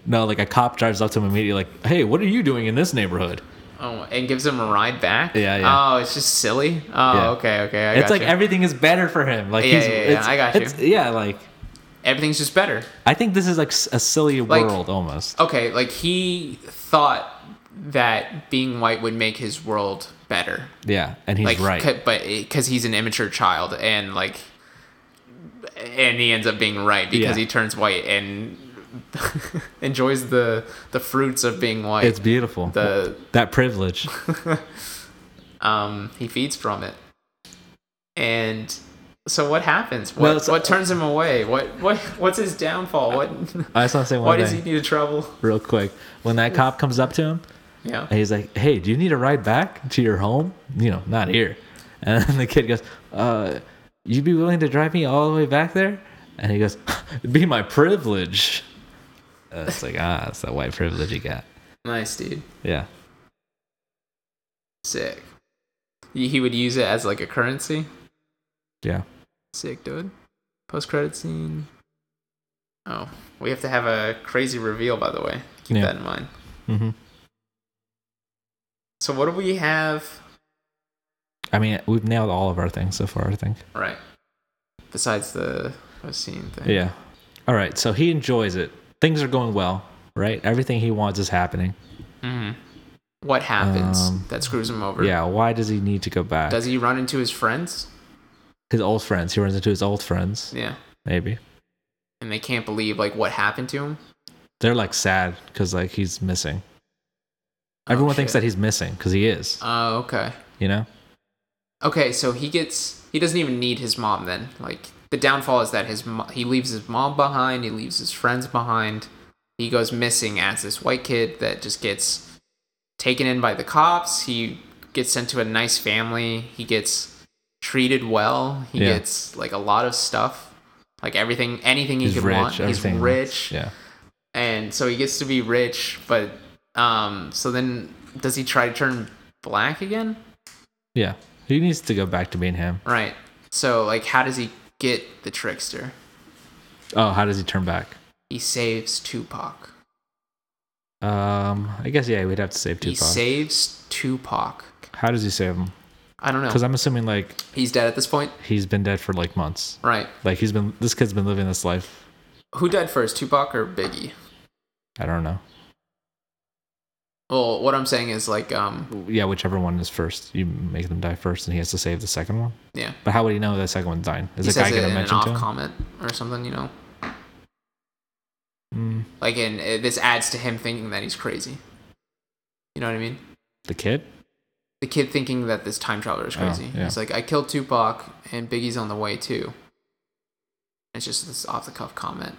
S2: No, like a cop drives up to him immediately, like, "Hey, what are you doing in this neighborhood?"
S1: Oh, and gives him a ride back.
S2: Yeah, yeah.
S1: Oh, it's just silly. Oh,
S2: Yeah.
S1: okay, okay. I
S2: it's like
S1: gotcha.
S2: everything is better for him. Like
S1: Yeah,
S2: he's,
S1: yeah, yeah,
S2: it's-
S1: I got you.
S2: it's- yeah, like
S1: everything's just better.
S2: I think this is like s- a silly
S1: Like-
S2: world almost.
S1: Okay, like he thought that being white would make his world better.
S2: Yeah, and he's
S1: like
S2: right.
S1: c- but because he's an immature child and like and he ends up being right because
S2: Yeah.
S1: he turns white and enjoys the the fruits of being white Uh,
S2: it's beautiful.
S1: the
S2: that privilege.
S1: um he feeds from it and so what happens
S2: Well,
S1: what
S2: it's-
S1: what turns him away what what what's his downfall what
S2: I just want to say
S1: why
S2: one
S1: does
S2: thing
S1: he need to trouble
S2: real quick. When that cop comes up to him
S1: yeah
S2: and he's like, "Hey, do you need a ride back to your home? You know, not here." And the kid goes, "Uh, you'd be willing to drive me all the way back there?" And he goes, "It'd be my privilege." Uh, it's like ah, it's that white privilege you got.
S1: nice dude
S2: Yeah.
S1: sick he he would use it as like a currency
S2: Yeah.
S1: Sick, dude. Post credit scene. Oh, we have to have a crazy reveal, by the way. Keep
S2: Yeah.
S1: that in mind.
S2: hmm
S1: So, what do we have?
S2: I mean, we've nailed all of our things so far, I think.
S1: Right. Besides the post scene thing.
S2: Yeah. All right. So he enjoys it. Things are going well, right? Everything he wants is happening.
S1: Mhm. What happens
S2: Um,
S1: that screws him over?
S2: Yeah. Why does he need to go back?
S1: Does he run into his friends?
S2: his old friends. He runs into his old friends,
S1: Yeah.
S2: maybe.
S1: And they can't believe like what happened to him.
S2: They're like sad because like he's missing. Everyone thinks
S1: Oh, shit.
S2: that he's missing because he is,
S1: Oh, okay.
S2: you know?
S1: Okay, so he gets he doesn't even need his mom then. Like the downfall is that his mo- he leaves his mom behind, he leaves his friends behind. He goes missing as this white kid that just gets taken in by the cops. He gets sent to a nice family. He gets treated well. He
S2: Yeah.
S1: gets like a lot of stuff. Like everything anything he
S2: he's
S1: could
S2: rich.
S1: want. He's
S2: everything.
S1: rich
S2: Yeah.
S1: and so he gets to be rich, but um so then does he try to turn black again?
S2: Yeah. He needs to go back to being him.
S1: Right. So like how does he get the trickster?
S2: Oh, how does he turn back?
S1: He saves Tupac.
S2: Um, I guess, yeah, we'd have to save
S1: He
S2: Tupac.
S1: saves Tupac.
S2: how does he save him?
S1: I don't
S2: Because
S1: know.
S2: I'm assuming like
S1: He's dead at this point.
S2: he's been dead for like months.
S1: Right.
S2: Like he's been this kid's been living this life.
S1: Who died first, Tupac or Biggie?
S2: I don't know.
S1: Well, what I'm saying is like um
S2: Yeah, whichever one is first, you make them die first, and he has to save the second one.
S1: yeah.
S2: But how would he know that second one's dying? Is
S1: he
S2: the guy
S1: says it
S2: gonna
S1: in an
S2: mention
S1: off
S2: to him?
S1: comment or something, you know.
S2: Mm,
S1: Like and uh, this adds to him thinking that he's crazy. You know what I mean?
S2: the kid?
S1: The kid thinking that this time traveler is
S2: Oh,
S1: crazy.
S2: yeah.
S1: He's like, I killed Tupac and Biggie's on the way too. It's just this off the cuff comment.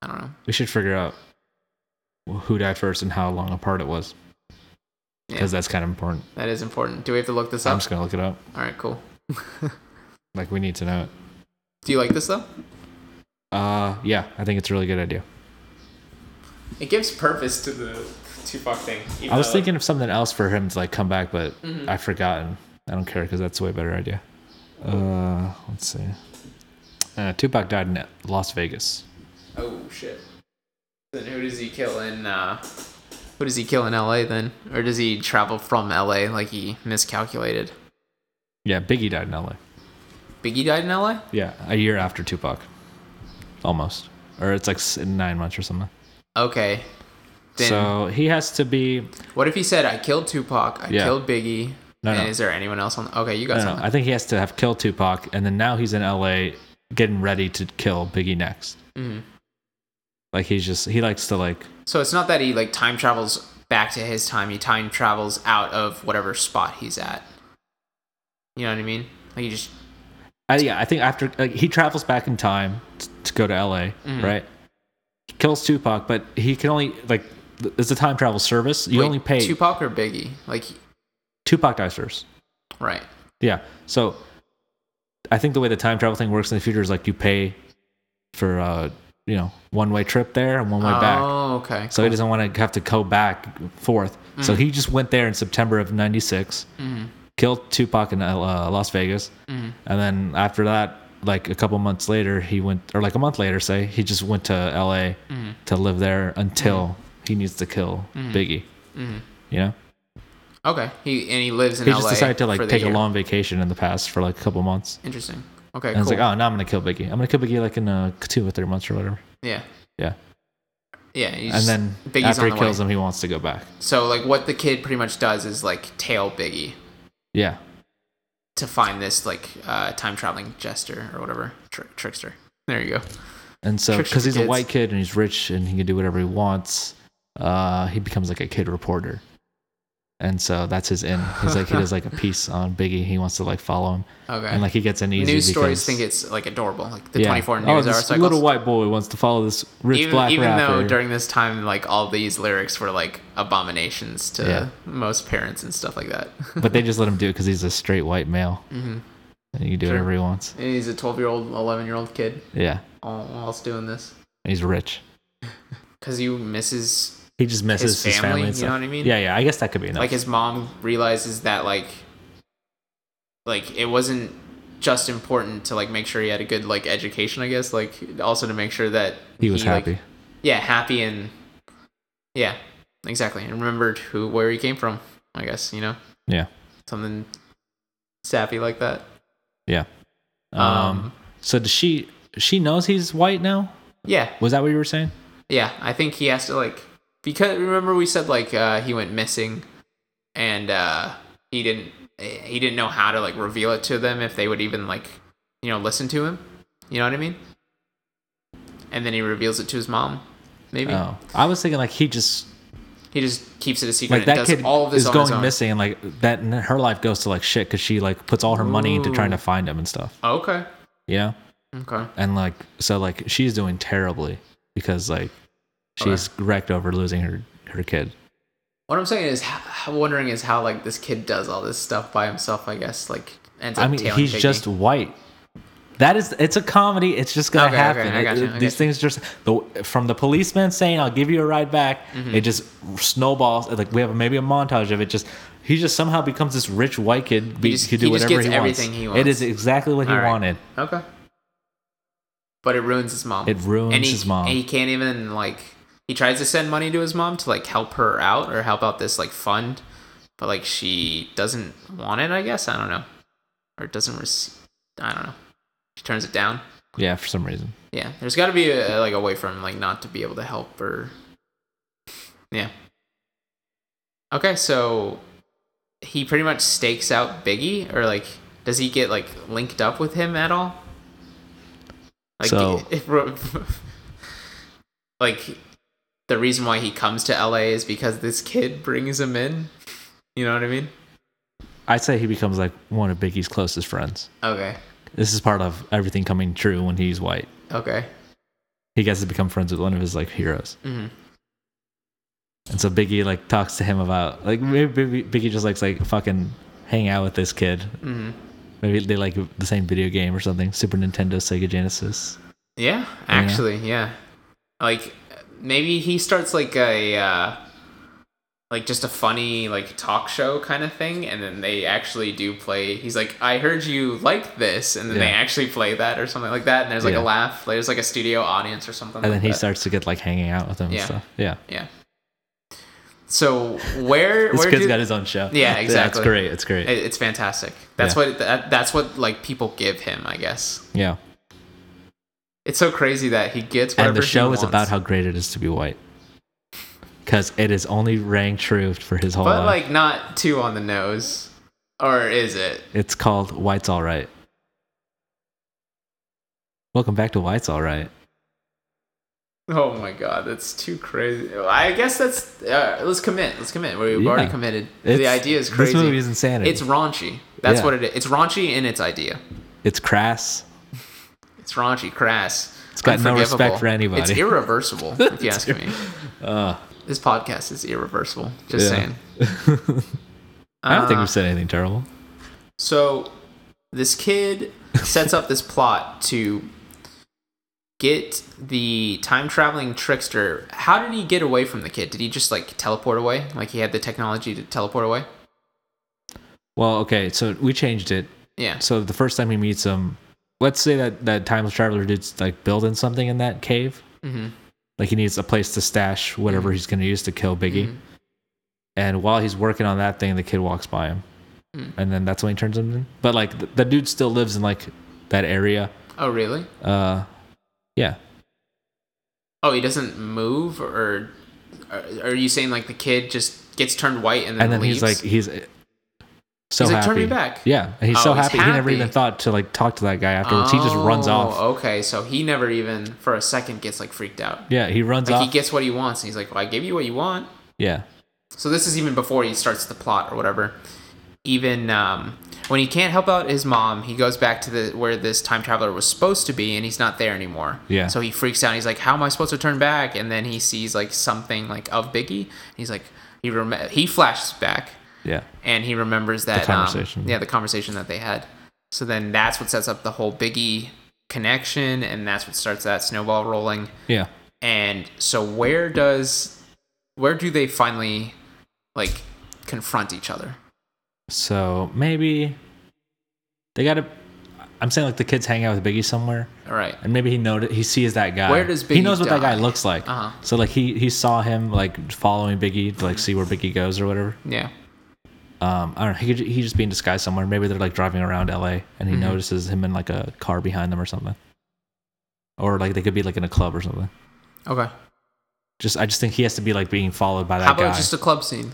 S1: I don't know.
S2: We should figure out who died first and how long apart it was,
S1: Yeah.
S2: because that's kind of important.
S1: That is important. Do we have to look this
S2: I'm
S1: up?
S2: just gonna look it up.
S1: All right, cool.
S2: Like we need to know it.
S1: Do you like this though?
S2: Uh, yeah, I think it's a really good idea.
S1: It gives purpose to the Tupac thing. even
S2: I was
S1: though-
S2: thinking of something else for him to like come back, but I've forgotten. I don't care because that's a way better idea. Uh, let's see. Uh, Tupac died in Las Vegas.
S1: Oh shit. Then who does he kill in? Uh, who does he kill in L.A. Then, or does he travel from L.A. like he miscalculated?
S2: Yeah, Biggie died in LA.
S1: Biggie died in L.A.
S2: Yeah, a year after Tupac, almost, or it's like s- nine months or something.
S1: Okay. Then
S2: So he has to be.
S1: what if he said, "I killed Tupac. I
S2: Yeah.
S1: killed Biggie."
S2: No,
S1: and
S2: no.
S1: Is there anyone else on? Okay, you
S2: I
S1: got
S2: don't know.
S1: something.
S2: I think he has to have killed Tupac, and then now he's in LA, getting ready to kill Biggie next.
S1: Mhm.
S2: Like he's just he likes to like
S1: So it's not that he like time travels back to his time. He time travels out of whatever spot he's at. You know what I mean? Like he just
S2: I, yeah, I think after like, he travels back in time t- to go to LA,
S1: Mm-hmm.
S2: right? He kills Tupac, but he can only like th- it's a time travel service. You
S1: Wait,
S2: only pay
S1: Tupac or Biggie. Like
S2: Tupac dies first.
S1: right.
S2: Yeah, so I think the way the time travel thing works in the future is like you pay for uh you know one way trip there and one way back.
S1: Oh, okay.
S2: So he doesn't want to have to go back forth.
S1: Mm.
S2: So he just went there in September of '96,
S1: Mm-hmm.
S2: killed Tupac in uh, Las Vegas, and then after that, like a couple months later, he went, or like a month later, say, he just went to L.A.
S1: Mm-hmm.
S2: to live there until he needs to kill Biggie. You know,
S1: Okay. He and he lives Mm-hmm. in LA.
S2: He just decided to
S1: for
S2: like
S1: the
S2: take a
S1: year.
S2: long vacation in the past for like a couple months.
S1: Interesting. Okay.
S2: And I was
S1: cool.
S2: like, oh, now I'm gonna kill Biggie. I'm gonna kill Biggie like in uh, two or three months or whatever.
S1: Yeah.
S2: Yeah.
S1: Yeah. He's
S2: oh. and then
S1: Biggie's
S2: after
S1: on
S2: he
S1: the
S2: kills
S1: way.
S2: him, he wants to go back.
S1: So like, what the kid pretty much does is like tail Biggie
S2: Yeah,
S1: to find this like uh, time traveling jester or whatever Tri- trickster. There you go.
S2: and so
S1: Tricks
S2: because
S1: the
S2: he's a
S1: kids.
S2: white kid and he's rich and he can do whatever he wants, uh, he becomes like a kid reporter. And so that's his end. He's like he does like a piece on Biggie. He wants to like follow him,
S1: Okay.
S2: and like he gets an easy.
S1: news stories
S2: because-
S1: think it's like adorable, like the
S2: Yeah.
S1: 24
S2: Oh,
S1: news
S2: this
S1: articles.
S2: little white boy wants to follow this rich
S1: even
S2: black
S1: even
S2: rapper.
S1: though during this time, like all these lyrics were like abominations to
S2: Yeah.
S1: most parents and stuff like that.
S2: but they just let him do it because he's a straight white male,
S1: Mhm.
S2: and he can do
S1: Sure.
S2: whatever he wants.
S1: And he's a 12 year old, 11 year old kid,
S2: Yeah,
S1: all whilst doing this
S2: and he's rich.
S1: because he misses
S2: He just misses
S1: his
S2: his family.
S1: family.
S2: and
S1: you know
S2: stuff.
S1: what I mean?
S2: Yeah, yeah. I guess that could be enough.
S1: Like his mom realizes that like, like it wasn't just important to like make sure he had a good like education. I guess like also to make sure that
S2: he was
S1: like,
S2: happy.
S1: yeah, happy and yeah, exactly. And remembered who where he came from. I guess you know.
S2: Yeah.
S1: Something sappy like that.
S2: um,
S1: um,
S2: So does she? She knows he's white now.
S1: Yeah,
S2: Was that what you were saying?
S1: yeah. I think he has to like because remember we said like uh, he went missing, and uh, he didn't eh, he didn't know how to like reveal it to them if they would even like you know listen to him. You know what I mean? And then he reveals it to his mom. Maybe
S2: Oh, I was thinking like he just
S1: he just keeps it a secret.
S2: like
S1: and
S2: that
S1: does
S2: kid
S1: all of this
S2: is
S1: on his
S2: going
S1: own.
S2: missing and like that and her life goes to like shit because she like puts all her money into trying to
S1: Ooh.
S2: find him and stuff.
S1: Oh, Okay.
S2: You know,
S1: Okay.
S2: and like so like she's doing terribly because like she's wrecked over losing her her kid.
S1: What I'm saying is, h- wondering is how like this kid does all this stuff by himself. I guess like ends up.
S2: I mean,
S1: tailing
S2: he's
S1: Biggie.
S2: just white. That is, it's a comedy. It's just gonna
S1: Okay, okay,
S2: happen.
S1: I
S2: It-
S1: gotcha,
S2: it-
S1: I
S2: these
S1: gotcha.
S2: things just the from the policeman saying, "I'll give you a ride back."
S1: Mm-hmm.
S2: It just snowballs. Like we have maybe a montage of it. Just he just somehow becomes this rich white kid. Be,
S1: just-
S2: could do
S1: he just
S2: whatever
S1: gets
S2: he,
S1: everything
S2: wants.
S1: he
S2: It
S1: wants.
S2: is exactly what he
S1: All right.
S2: wanted.
S1: okay. But it ruins his mom.
S2: It ruins
S1: and he,
S2: his mom.
S1: And he can't even like. He tries to send money to his mom to like help her out or help out this like fund, but like she doesn't want it. I guess I don't know, or doesn't receive. I don't know. She turns it down.
S2: Yeah, for some reason.
S1: Yeah, there's got to be a, like a way for him like not to be able to help or yeah. Okay, so he pretty much stakes out Biggie, or like, does he get like linked up with him at all? Like,
S2: So-
S1: if, like the reason why he comes to LA is because this kid brings him in. You know what I mean?
S2: I'd say he becomes like one of Biggie's closest friends.
S1: Okay,
S2: This is part of everything coming true when he's white.
S1: okay,
S2: He gets to become friends with one of his like heroes.
S1: hmm
S2: And so Biggie like talks to him about like maybe Biggie- Biggie just likes like fucking hang out with this kid.
S1: Mhm.
S2: Maybe they like the same video game or something. Super Nintendo, Sega Genesis.
S1: Yeah, actually, yeah. Like maybe he starts like a uh like just a funny like talk show kind of thing and then they actually do play he's like I heard you like this and then they
S2: Yeah.
S1: actually play that or something like that and there's like a
S2: Yeah.
S1: laugh there's like a studio audience or something
S2: And
S1: like
S2: then he
S1: that.
S2: starts to get like hanging out with him
S1: Yeah.
S2: and stuff. Yeah.
S1: Yeah. So where
S2: This
S1: where
S2: kid's
S1: do,
S2: got his own show.
S1: Yeah,
S2: It's
S1: exactly.
S2: great. It's great.
S1: it- it's fantastic. That's
S2: Yeah.
S1: what that, that's what like people give him, I guess.
S2: yeah.
S1: It's so crazy that he gets whatever
S2: And the show
S1: he
S2: is about
S1: wants.
S2: how great it is to be white. Because it is only rang true for his whole
S1: But
S2: life.
S1: like not too on the nose. Or is it?
S2: it's called White's All Right. Welcome back to White's All Right.
S1: Oh my god, that's too crazy. I guess that's uh, let's commit. Let's commit. We've
S2: Yeah.
S1: already committed. the
S2: It's-
S1: idea is crazy.
S2: This movie is insanity.
S1: it's raunchy. That's
S2: Yeah.
S1: what it is. It's raunchy in its idea.
S2: it's crass.
S1: It's raunchy, crass.
S2: It's got no respect
S1: unforgivable.
S2: for anybody.
S1: It's irreversible, if you ask me.
S2: Uh,
S1: This podcast is irreversible. Just
S2: Yeah.
S1: saying.
S2: I don't think
S1: Uh,
S2: we've said anything terrible.
S1: So this kid sets up this plot to get the time traveling trickster. How did he get away from the kid? Did he just like teleport away? Like he had the technology to teleport away?
S2: Well, okay, so we changed it.
S1: Yeah.
S2: So the first time he meets him, let's say that that time traveler dude's like building something in that cave.
S1: Mm-hmm. Mm-hmm.
S2: Like he needs a place to stash whatever he's going to use to kill Biggie. And while he's working on that thing, the kid walks by him,
S1: Mm.
S2: and then that's when he turns him in. But like th- the dude still lives in like that area.
S1: Oh, really?
S2: Uh, yeah.
S1: Oh, he doesn't move, or are- are you saying like the kid just gets turned white and then,
S2: and then
S1: leaves?
S2: he's like he's uh, so
S1: He's like,
S2: happy.
S1: "Turn me back."
S2: Yeah, and he's
S1: Oh,
S2: so
S1: he's
S2: happy, he never
S1: happy.
S2: even thought to like talk to that guy afterwards. he just runs off.
S1: Oh, Okay, so he never even for a second gets like freaked out.
S2: Yeah, he runs
S1: Like
S2: off.
S1: he gets what he wants, and he's like, "Well, I gave you what you want."
S2: yeah,
S1: So this is even before he starts the plot or whatever. Even um, when he can't help out his mom, he goes back to the where this time traveler was supposed to be, and he's not there anymore.
S2: Yeah.
S1: So he freaks out. He's like, "How am I supposed to turn back?" And then he sees like something like of Biggie. He's like, he rem- he flashes back,
S2: yeah,
S1: and he remembers that um,
S2: conversation.
S1: yeah, the conversation that they had. So then that's what sets up the whole Biggie connection, and that's what starts that snowball rolling.
S2: yeah.
S1: And so where does where do they finally like confront each other?
S2: So maybe they got to. I'm saying like the kids hang out with Biggie somewhere,
S1: All right.
S2: and maybe he noted he sees that guy.
S1: Where does
S2: he
S1: Biggie
S2: knows what that guy
S1: die?
S2: looks like?
S1: Uh-huh.
S2: So like he he saw him like following Biggie to like see where Biggie goes or whatever.
S1: Yeah.
S2: um, I don't know. He could, he just be in disguise somewhere. Maybe they're like driving around LA, and he
S1: Mm-hmm.
S2: notices him in like a car behind them or something. Or like they could be like in a club or something.
S1: Okay.
S2: Just I just think he has to be like being followed by that
S1: How about
S2: guy.
S1: just a club scene?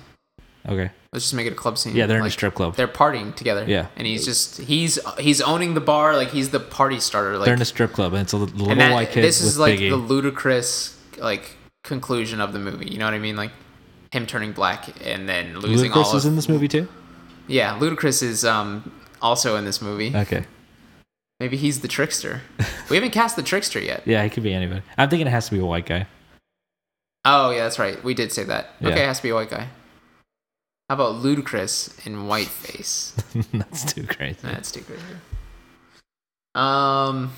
S2: okay.
S1: Let's just make it a club scene.
S2: Yeah, they're in
S1: Like,
S2: a strip club. They're,
S1: They're partying together.
S2: Yeah.
S1: And he's just he's he's owning the bar like he's the party starter. Like
S2: in a strip club, and it's a li- little
S1: and that,
S2: white kid
S1: this is
S2: with
S1: like
S2: Biggie.
S1: the ludicrous like conclusion of the movie. You know what I mean? Like him turning black and then losing
S2: Ludacris
S1: all
S2: is
S1: of
S2: in this movie too.
S1: yeah. Ludacris is um also in this movie.
S2: Okay.
S1: Maybe he's the trickster. we haven't cast the trickster yet.
S2: Yeah, he could be anybody. I'm thinking it has to be a white guy.
S1: Oh yeah, that's right. We did say that.
S2: Yeah.
S1: Okay, it has to be a white guy. How about Ludacris in whiteface?
S2: That's too crazy.
S1: Nah, That's too crazy. Um,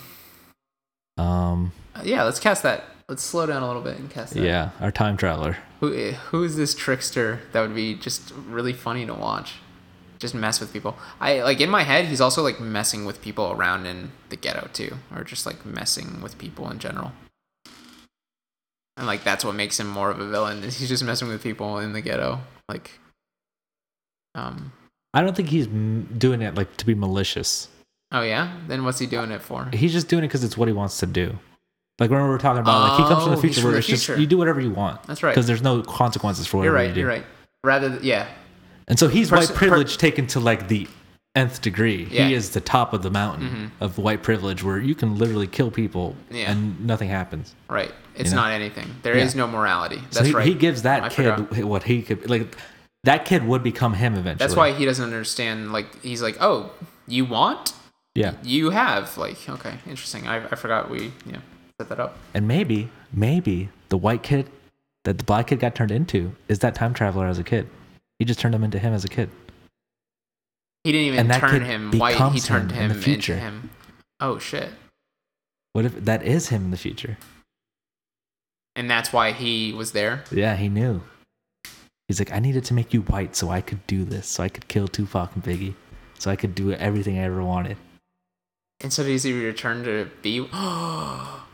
S2: Um.
S1: yeah, let's cast that. Let's slow down a little bit and cast that.
S2: Yeah, our time traveler.
S1: Who who is this trickster that would be just really funny to watch? Just mess with people. I like in my head, he's also like messing with people around in the ghetto too, or just like messing with people in general. And like that's what makes him more of a villain is he's just messing with people in the ghetto. Like, um,
S2: I don't think he's m- doing it like to be malicious.
S1: oh yeah, then what's he doing it for?
S2: He's just doing it because it's what he wants to do. Like remember we are talking about, like he comes from
S1: Oh,
S2: the
S1: he's
S2: future
S1: from
S2: where
S1: the
S2: it's
S1: future.
S2: just you do whatever you want.
S1: That's right.
S2: Because there's no consequences for
S1: You're
S2: whatever you
S1: right.
S2: do.
S1: You're right. Rather, th- yeah,
S2: And so he's
S1: Pers-
S2: white privilege taken to like the nth degree.
S1: Yeah. Mm-hmm.
S2: He is the top of the mountain of white privilege where you can literally kill people
S1: Yeah.
S2: and nothing happens.
S1: right. It's
S2: know?
S1: not anything. There is
S2: Yeah.
S1: no morality. That's
S2: so he,
S1: right.
S2: he gives that
S1: I
S2: kid
S1: forgot.
S2: what he could like. That kid would become him eventually.
S1: That's why he doesn't understand. Like he's like, oh, you want,
S2: Yeah.
S1: you have. Like okay, interesting. I, I forgot we yeah set that up.
S2: And maybe, maybe the white kid that the black kid got turned into is that time traveler as a kid. He just turned him into him as a kid.
S1: He didn't even
S2: And that
S1: turn
S2: kid
S1: him white. He
S2: becomes
S1: turned
S2: him in
S1: him,
S2: the
S1: into
S2: future.
S1: him. Oh shit!
S2: What if that is him in the future?
S1: And that's why he was there.
S2: Yeah, he knew. He's like, I needed to make you white so I could do this, so I could kill Tupac and Biggie, so I could do everything I ever wanted.
S1: And so does he return to be?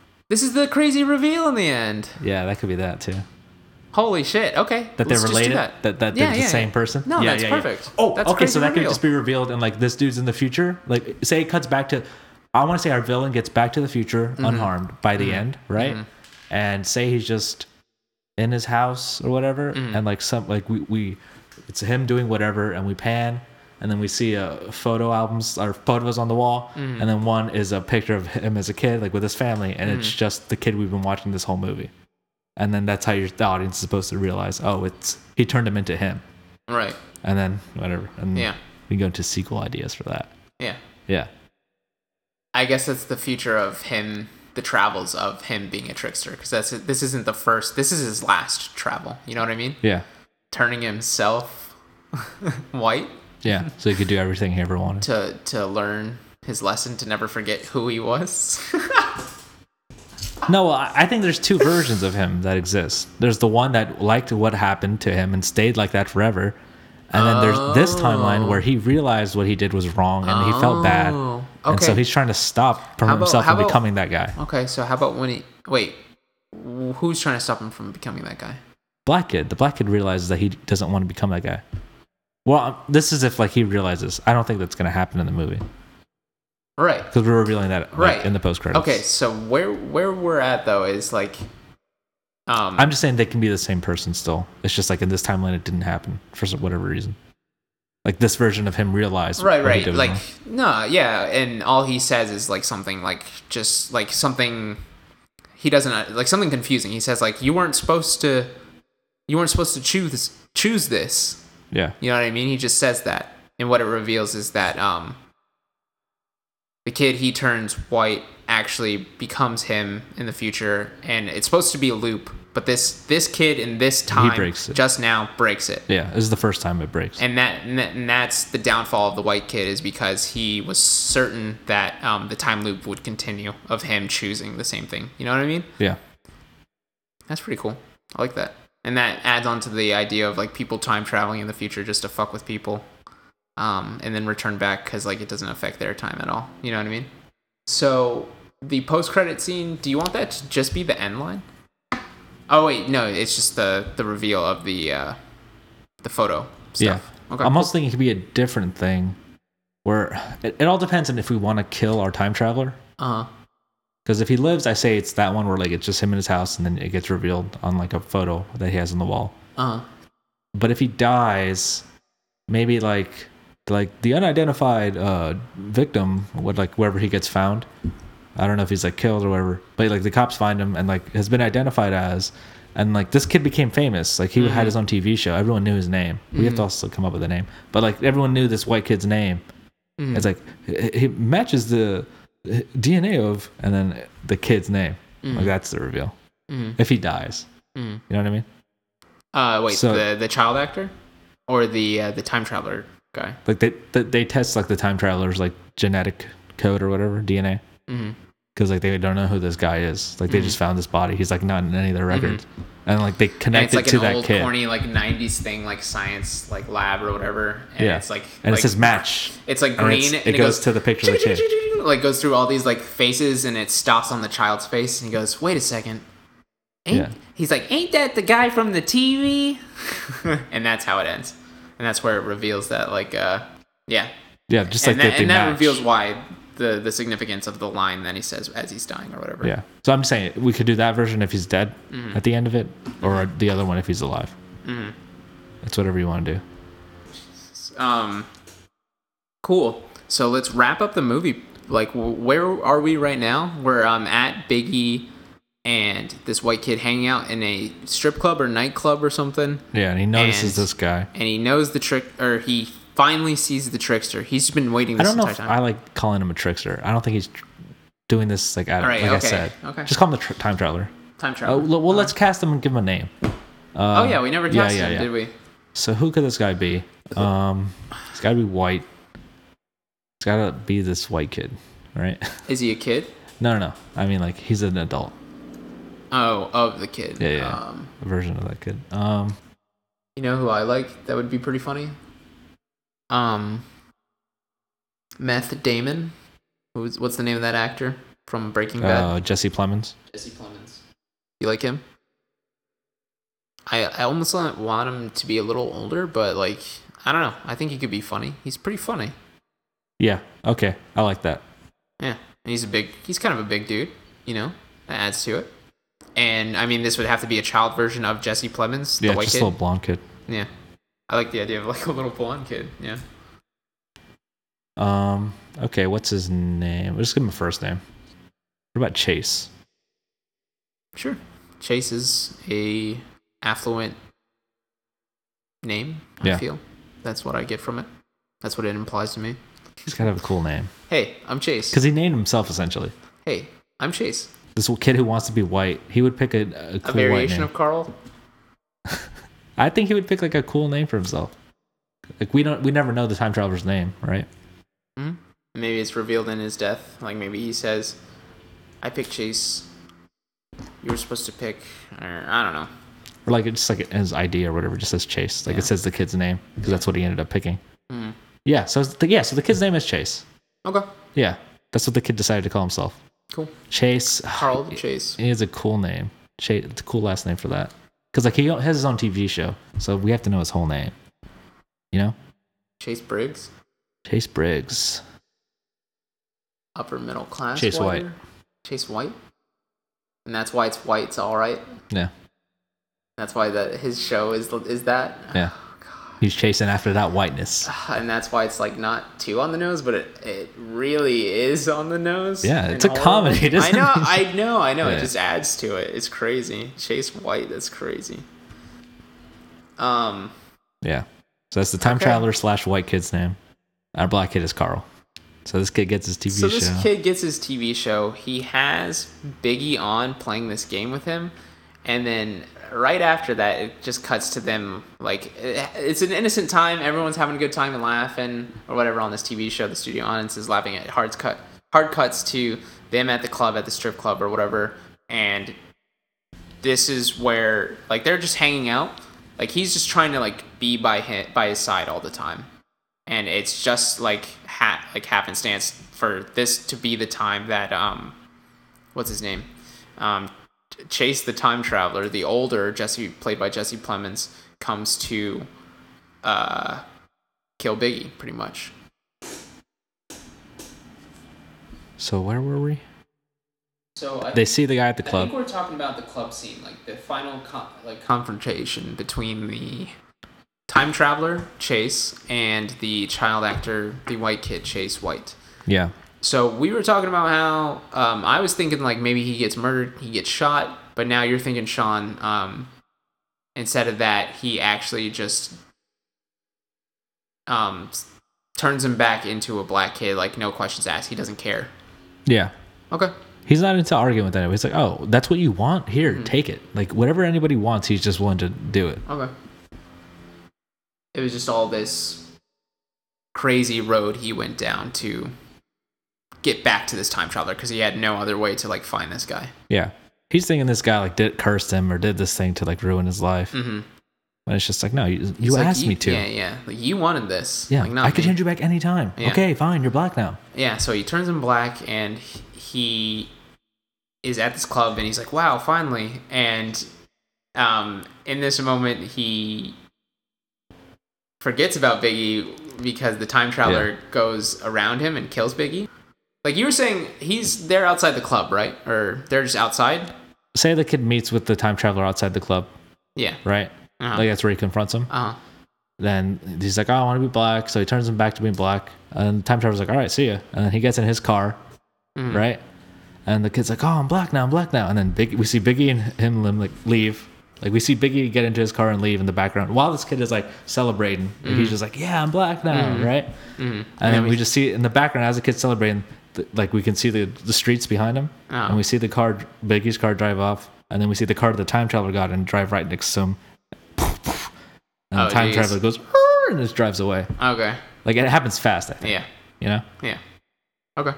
S1: this is the crazy reveal in the end.
S2: Yeah, that could be that too.
S1: Holy shit! Okay, let's
S2: That they're
S1: just do
S2: related.
S1: that.
S2: That that, they're
S1: Yeah,
S2: the
S1: yeah,
S2: same
S1: yeah.
S2: person.
S1: No,
S2: yeah,
S1: that's
S2: yeah, yeah.
S1: perfect.
S2: Oh,
S1: That's
S2: okay.
S1: crazy
S2: So that could
S1: reveal.
S2: just be revealed, and like this dude's in the future. Like, say it cuts back to, I want to say our villain gets back to the future
S1: Mm-hmm.
S2: unharmed by the end, right? And say he's just in his house or whatever,
S1: Mm-hmm.
S2: and like some like we we, it's him doing whatever, and we pan. And then we see uh, photo albums or photos on the wall,
S1: Mm-hmm.
S2: and then one is a picture of him as a kid, like with his family, and it's
S1: Mm-hmm.
S2: just the kid we've been watching this whole movie and then that's how your the audience is supposed to realize oh it's he turned him into him
S1: Right.
S2: and then whatever and
S1: Yeah.
S2: we can go into sequel ideas for that
S1: Yeah.
S2: yeah
S1: I guess that's the future of him, the travels of him being a trickster, because that's this isn't the first. This is his last travel. You know what I mean?
S2: yeah
S1: Turning himself white
S2: yeah so he could do everything he ever wanted
S1: to to learn his lesson to never forget who he was.
S2: no well i I think there's two versions of him that exist there's the one that liked what happened to him and stayed like that forever and then there's this timeline where he realized what he did was wrong and he felt bad
S1: Oh,
S2: and so
S1: okay.
S2: he's trying to stop from
S1: How about-
S2: himself
S1: how
S2: from
S1: about-
S2: becoming that guy
S1: okay, so how about when he wait? Who's trying to stop him from becoming that guy?
S2: black kid. The black kid realizes that he doesn't want to become that guy. Well, um, this is if like he realizes. I don't think that's gonna happen in the movie
S1: Right.
S2: because we're revealing that like,
S1: Right.
S2: in the post credits.
S1: Okay, so where where we're at though is like um
S2: I'm just saying they can be the same person still. It's just like in this timeline, it didn't happen for some- whatever reason. Like this version of him realized.
S1: right
S2: what he
S1: right
S2: did was
S1: like
S2: wrong.
S1: no yeah and all he says is like something like just like something he doesn't uh, like something confusing he says like you weren't supposed to you weren't supposed to choose choose this
S2: yeah,
S1: you know what i mean he just says that and what it reveals is that um the kid he turns white actually becomes him in the future and it's supposed to be a loop but this this kid in this time
S2: breaks it.
S1: just now breaks it
S2: yeah. This is the first time it breaks.
S1: and that and that- and that's the downfall of the white kid is because he was certain that um, the time loop would continue of him choosing the same thing. You know what I mean?
S2: yeah,
S1: That's pretty cool. I like that. And that adds on to the idea of like people time traveling in the future just to fuck with people, um, and then return back because like it doesn't affect their time at all. You know what I mean? So the post credit scene. Do you want that to just be the end line? Oh wait, no. It's just the the reveal of the uh, the photo.
S2: yeah.
S1: Stuff. Okay.
S2: I'm also thinking it could be a different thing, where it, it all depends on if we want to kill our time traveler.
S1: Uh huh.
S2: Because if he lives, I say it's that one where like it's just him in his house, and then it gets revealed on like a photo that he has on the wall.
S1: Uh huh.
S2: But if he dies, maybe like like the unidentified uh, victim would like wherever he gets found. I don't know if he's like killed or whatever, but like the cops find him and like has been identified as, and like this kid became famous. Like he had his own TV show. Everyone knew his name. We have to also come up with a name, but like everyone knew this white kid's name. It's like h- he matches the uh, DNA of, and then the kid's name. Like that's the reveal. If he dies,
S1: Mm.
S2: you know what I mean?
S1: Uh, wait,
S2: So-
S1: the the child actor, or the uh, the time traveler guy?
S2: like they they, they test like the time travelers like genetic code or whatever DNA
S1: Mm-hmm.
S2: because like they don't know who this guy is. Like they just found this body. He's like not in any of their records, and like they
S1: Mm-hmm. And
S2: connect
S1: it's
S2: it
S1: like
S2: to
S1: an
S2: that
S1: old
S2: kid,
S1: corny like '90s thing, like science like lab or whatever. And
S2: Yeah.
S1: it's like
S2: and
S1: like,
S2: it says match.
S1: it's like
S2: and
S1: green.
S2: it's- it goes to the picture of the
S1: Like goes through all these like faces, and it stops on the child's face, and he goes, "Wait a second, ain't
S2: Yeah.
S1: he's like, ain't that the guy from the TV?" and that's how it ends, and that's where it reveals that like uh yeah,
S2: Yeah, just like
S1: and
S2: that,
S1: that,
S2: they
S1: and that
S2: match.
S1: reveals why the the significance of the line that he says as he's dying or whatever.
S2: Yeah, so I'm saying we could do that version if he's dead
S1: Mm-hmm.
S2: at the end of it, or the other one if he's alive. It's whatever you want to do.
S1: um cool so let's wrap up the movie like w- where are we right now we're um at biggie and this white kid hanging out in a strip club or nightclub or something
S2: Yeah, and he notices
S1: And-
S2: this guy.
S1: and he knows the trick or he finally sees the trickster he's been waiting
S2: I
S1: this
S2: don't know
S1: entire
S2: if
S1: time
S2: I like calling him a trickster. I don't think he's tr- doing this like, I,
S1: Alright,
S2: like I
S1: okay,
S2: said.
S1: okay.
S2: Just call him the tr- time traveler.
S1: time
S2: Uh,
S1: travel
S2: well, well, let's cast him and give him a name. Uh,
S1: oh yeah we never
S2: yeah,
S1: tested
S2: yeah,
S1: him
S2: yeah.
S1: did we
S2: So who could this guy be? Um, it's got to be white. It's got to be this white kid, right?
S1: is he a kid
S2: no, no, no. I mean, like he's an adult
S1: oh of the kid
S2: Yeah, yeah.
S1: um
S2: version of that kid. Um,
S1: you know who i like that would be pretty funny um meth damon Who's, what's the name of that actor from breaking bad
S2: uh, Jesse Plemons.
S1: Jesse Plemons. You like him? I I almost want want him to be a little older, but like I don't know. I think he could be funny. He's pretty funny.
S2: Yeah. Okay. I like that.
S1: Yeah, and he's a big. He's kind of a big dude. You know, that adds to it. And I mean, this would have to be a child version of Jesse Plemons, the
S2: yeah,
S1: white
S2: just
S1: kid.
S2: a little blonde kid.
S1: Yeah, I like the idea of like a little blonde kid. Yeah.
S2: Um, okay. What's his name? We'll just give him a first name. What about Chase?
S1: Sure. Chase is a affluent name, I
S2: Yeah.
S1: feel. That's what I get from it. That's what it implies to me.
S2: He's got to have a cool name
S1: Hey, I'm Chase.
S2: because he named himself essentially.
S1: Hey, I'm Chase.
S2: This kid who wants to be white, he would pick a, a cool
S1: A
S2: white
S1: variation
S2: name.
S1: of Carl.
S2: I think he would pick like a cool name for himself. Like we don't, we never know the time traveler's name, right?
S1: Maybe it's revealed in his death. Like maybe he says, "I picked Chase. You were supposed to pick." Or, I don't know.
S2: Or like it's just like his ID or whatever, just says Chase. Like it says the kid's name because that's what he ended up picking.
S1: Mm.
S2: Yeah. So it's the, yeah, so the kid's name is Chase.
S1: Okay,
S2: Yeah, that's what the kid decided to call himself.
S1: cool.
S2: Chase.
S1: Carl Chase.
S2: He has a cool name. Chase. It's a cool last name for that. because like he has his own TV show, so we have to know his whole name. You know,
S1: Chase Briggs,
S2: Chase Briggs.
S1: upper middle class.
S2: Chase White.
S1: writer. Chase White, and that's why it's White's all right.
S2: Yeah,
S1: That's why that his show is is that.
S2: yeah.
S1: Oh,
S2: He's chasing after that whiteness.
S1: And that's why it's like not too on the nose, but it, it really is on the nose.
S2: Yeah,
S1: in
S2: it's a
S1: all of
S2: comedy,
S1: it. I
S2: doesn't
S1: know,
S2: it?
S1: I know, I know. It
S2: Yeah.
S1: just adds to it. It's crazy. Chase White, that's crazy. Um,
S2: Yeah. So that's the time
S1: Okay.
S2: traveler slash white kid's name. Our black kid is Carl. So this kid gets his TV
S1: so
S2: show.
S1: this kid gets his TV show. He has Biggie on playing this game with him, and then right after that, it just cuts to them like it- it's an innocent time. Everyone's having a good time and laughing or whatever on this TV show. The studio audience is laughing at hard cut hard cuts to them at the club at the strip club or whatever, and this is where like they're just hanging out. Like he's just trying to like be by his, by his side all the time and it's just like ha- like happenstance for this to be the time that um what's his name um Ch- chase the time traveler the older jesse played by jesse plemons comes to uh kill biggie pretty much
S2: so where were we?
S1: so I,
S2: They see the guy at the
S1: I think
S2: club.
S1: we're talking about the club scene like the final con- like confrontation between the time traveler chase and the child actor the white kid chase white
S2: Yeah.
S1: So we were talking about how um, I was thinking like maybe he gets murdered, he gets shot, but now you're thinking Sean. Um, instead of that, he actually just um, s- turns him back into a black kid, like no questions asked. He doesn't care.
S2: Yeah.
S1: Okay.
S2: He's not into arguing with anybody. He's like, oh, that's what you want? Here,
S1: Hmm.
S2: take it. Like whatever anybody wants, he's just willing to do it.
S1: Okay. It was just all this crazy road he went down to get back to this time traveler because he had no other way to like find this guy.
S2: Yeah. He's thinking this guy like did cursed him or did this thing to like ruin his life.
S1: Mhm.
S2: But it's just like, no, you, you
S1: It's like,
S2: asked me to.
S1: Yeah,
S2: Yeah.
S1: yeah. Like, you wanted this. Like, not
S2: I could
S1: me.
S2: hand you back anytime.
S1: Yeah.
S2: Okay, fine. You're black now.
S1: Yeah, so he turns him black and he is at this club and he's like, wow, finally. And um, in this moment, he forgets about Biggie because the time traveler goes around him and kills Biggie. Like you were saying, he's there outside the club, right? Or they're just outside?
S2: Say the kid meets with the time traveler outside the club,
S1: Yeah.
S2: right?
S1: Uh-huh.
S2: Like that's where he confronts him.
S1: uh-huh.
S2: then he's like, oh, I want to be black. So he turns him back to being black. And time traveler's like, all right, see ya. And then he gets in his car, right? And the kid's like, oh, I'm black now, I'm black now. And then Big, we see Biggie and him lim- like leave. Like we see Biggie get into his car and leave in the background while this kid is like celebrating. Like, He's just like, yeah, I'm black now, right? And, then we, just see in the background as the kid's celebrating, th- like we can see the, the streets behind him.
S1: Oh.
S2: And we see the car, Biggie's car drive off. And then we see the car that the time traveler got and drive right next to him. And
S1: Oh,
S2: the time
S1: geez.
S2: traveler goes "Arr," and just drives away.
S1: Okay.
S2: Like it happens fast, I think.
S1: Yeah.
S2: You know?
S1: Yeah. Okay.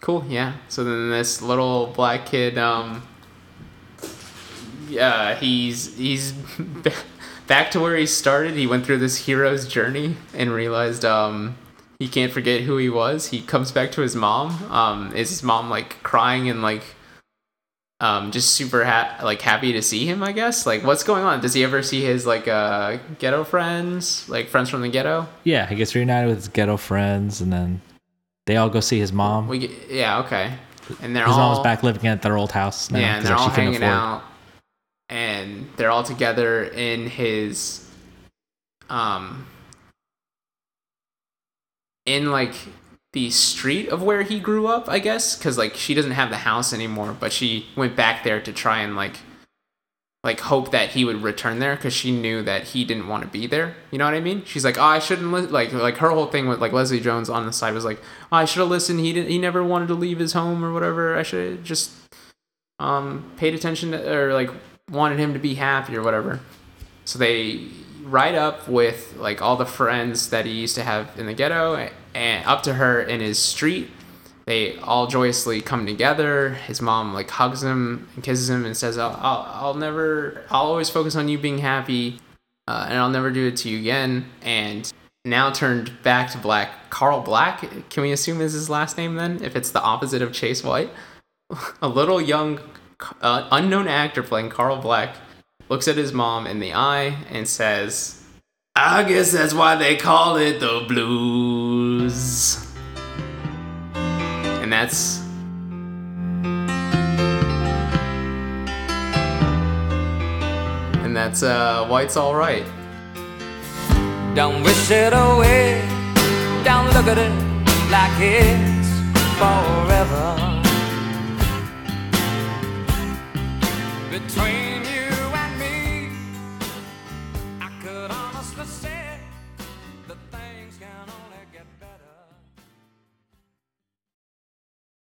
S1: Cool. Yeah. So then this little black kid, um, yeah, he's he's back to where he started. He went through this hero's journey and realized um he can't forget who he was. He comes back to his mom. Um, is his mom like crying and like um just super ha- like happy to see him? I guess. Like, what's going on? Does he ever see his like uh ghetto friends, like friends from the ghetto?
S2: Yeah, he gets reunited with his ghetto friends and then they all go see his mom.
S1: We get, yeah okay, and they're
S2: his
S1: all
S2: mom's back living at their old house now.
S1: yeah, and
S2: 'cause,
S1: they're
S2: like,
S1: all
S2: she couldn't
S1: hanging
S2: afford-
S1: out, and they're all together in his, um, in like the street of where he grew up, I guess, because like she doesn't have the house anymore, but she went back there to try and like, like hope that he would return there because she knew that he didn't want to be there. You know what I mean? She's like, oh, I shouldn't li-, like like her whole thing with like Leslie Jones on the side was like, oh, I should have listened. He didn't. He never wanted to leave his home or whatever. I should have just um, paid attention to, or like wanted him to be happy or whatever. So they ride up with like all the friends that he used to have in the ghetto a- and up to her in his street. They all joyously come together. His mom like hugs him and kisses him and says, "I'll, I'll, I'll never, I'll always focus on you being happy, uh, and I'll never do it to you again." And now turned back to black, Carl Black. Can we assume is his last name then? If it's the opposite of Chase White, a little young, uh, unknown actor playing Carl Black looks at his mom in the eye and says, I guess that's why they call it the blues. And that's. And that's uh, White's Alright.
S3: Don't wish it away. Don't look at it like it's forever. Between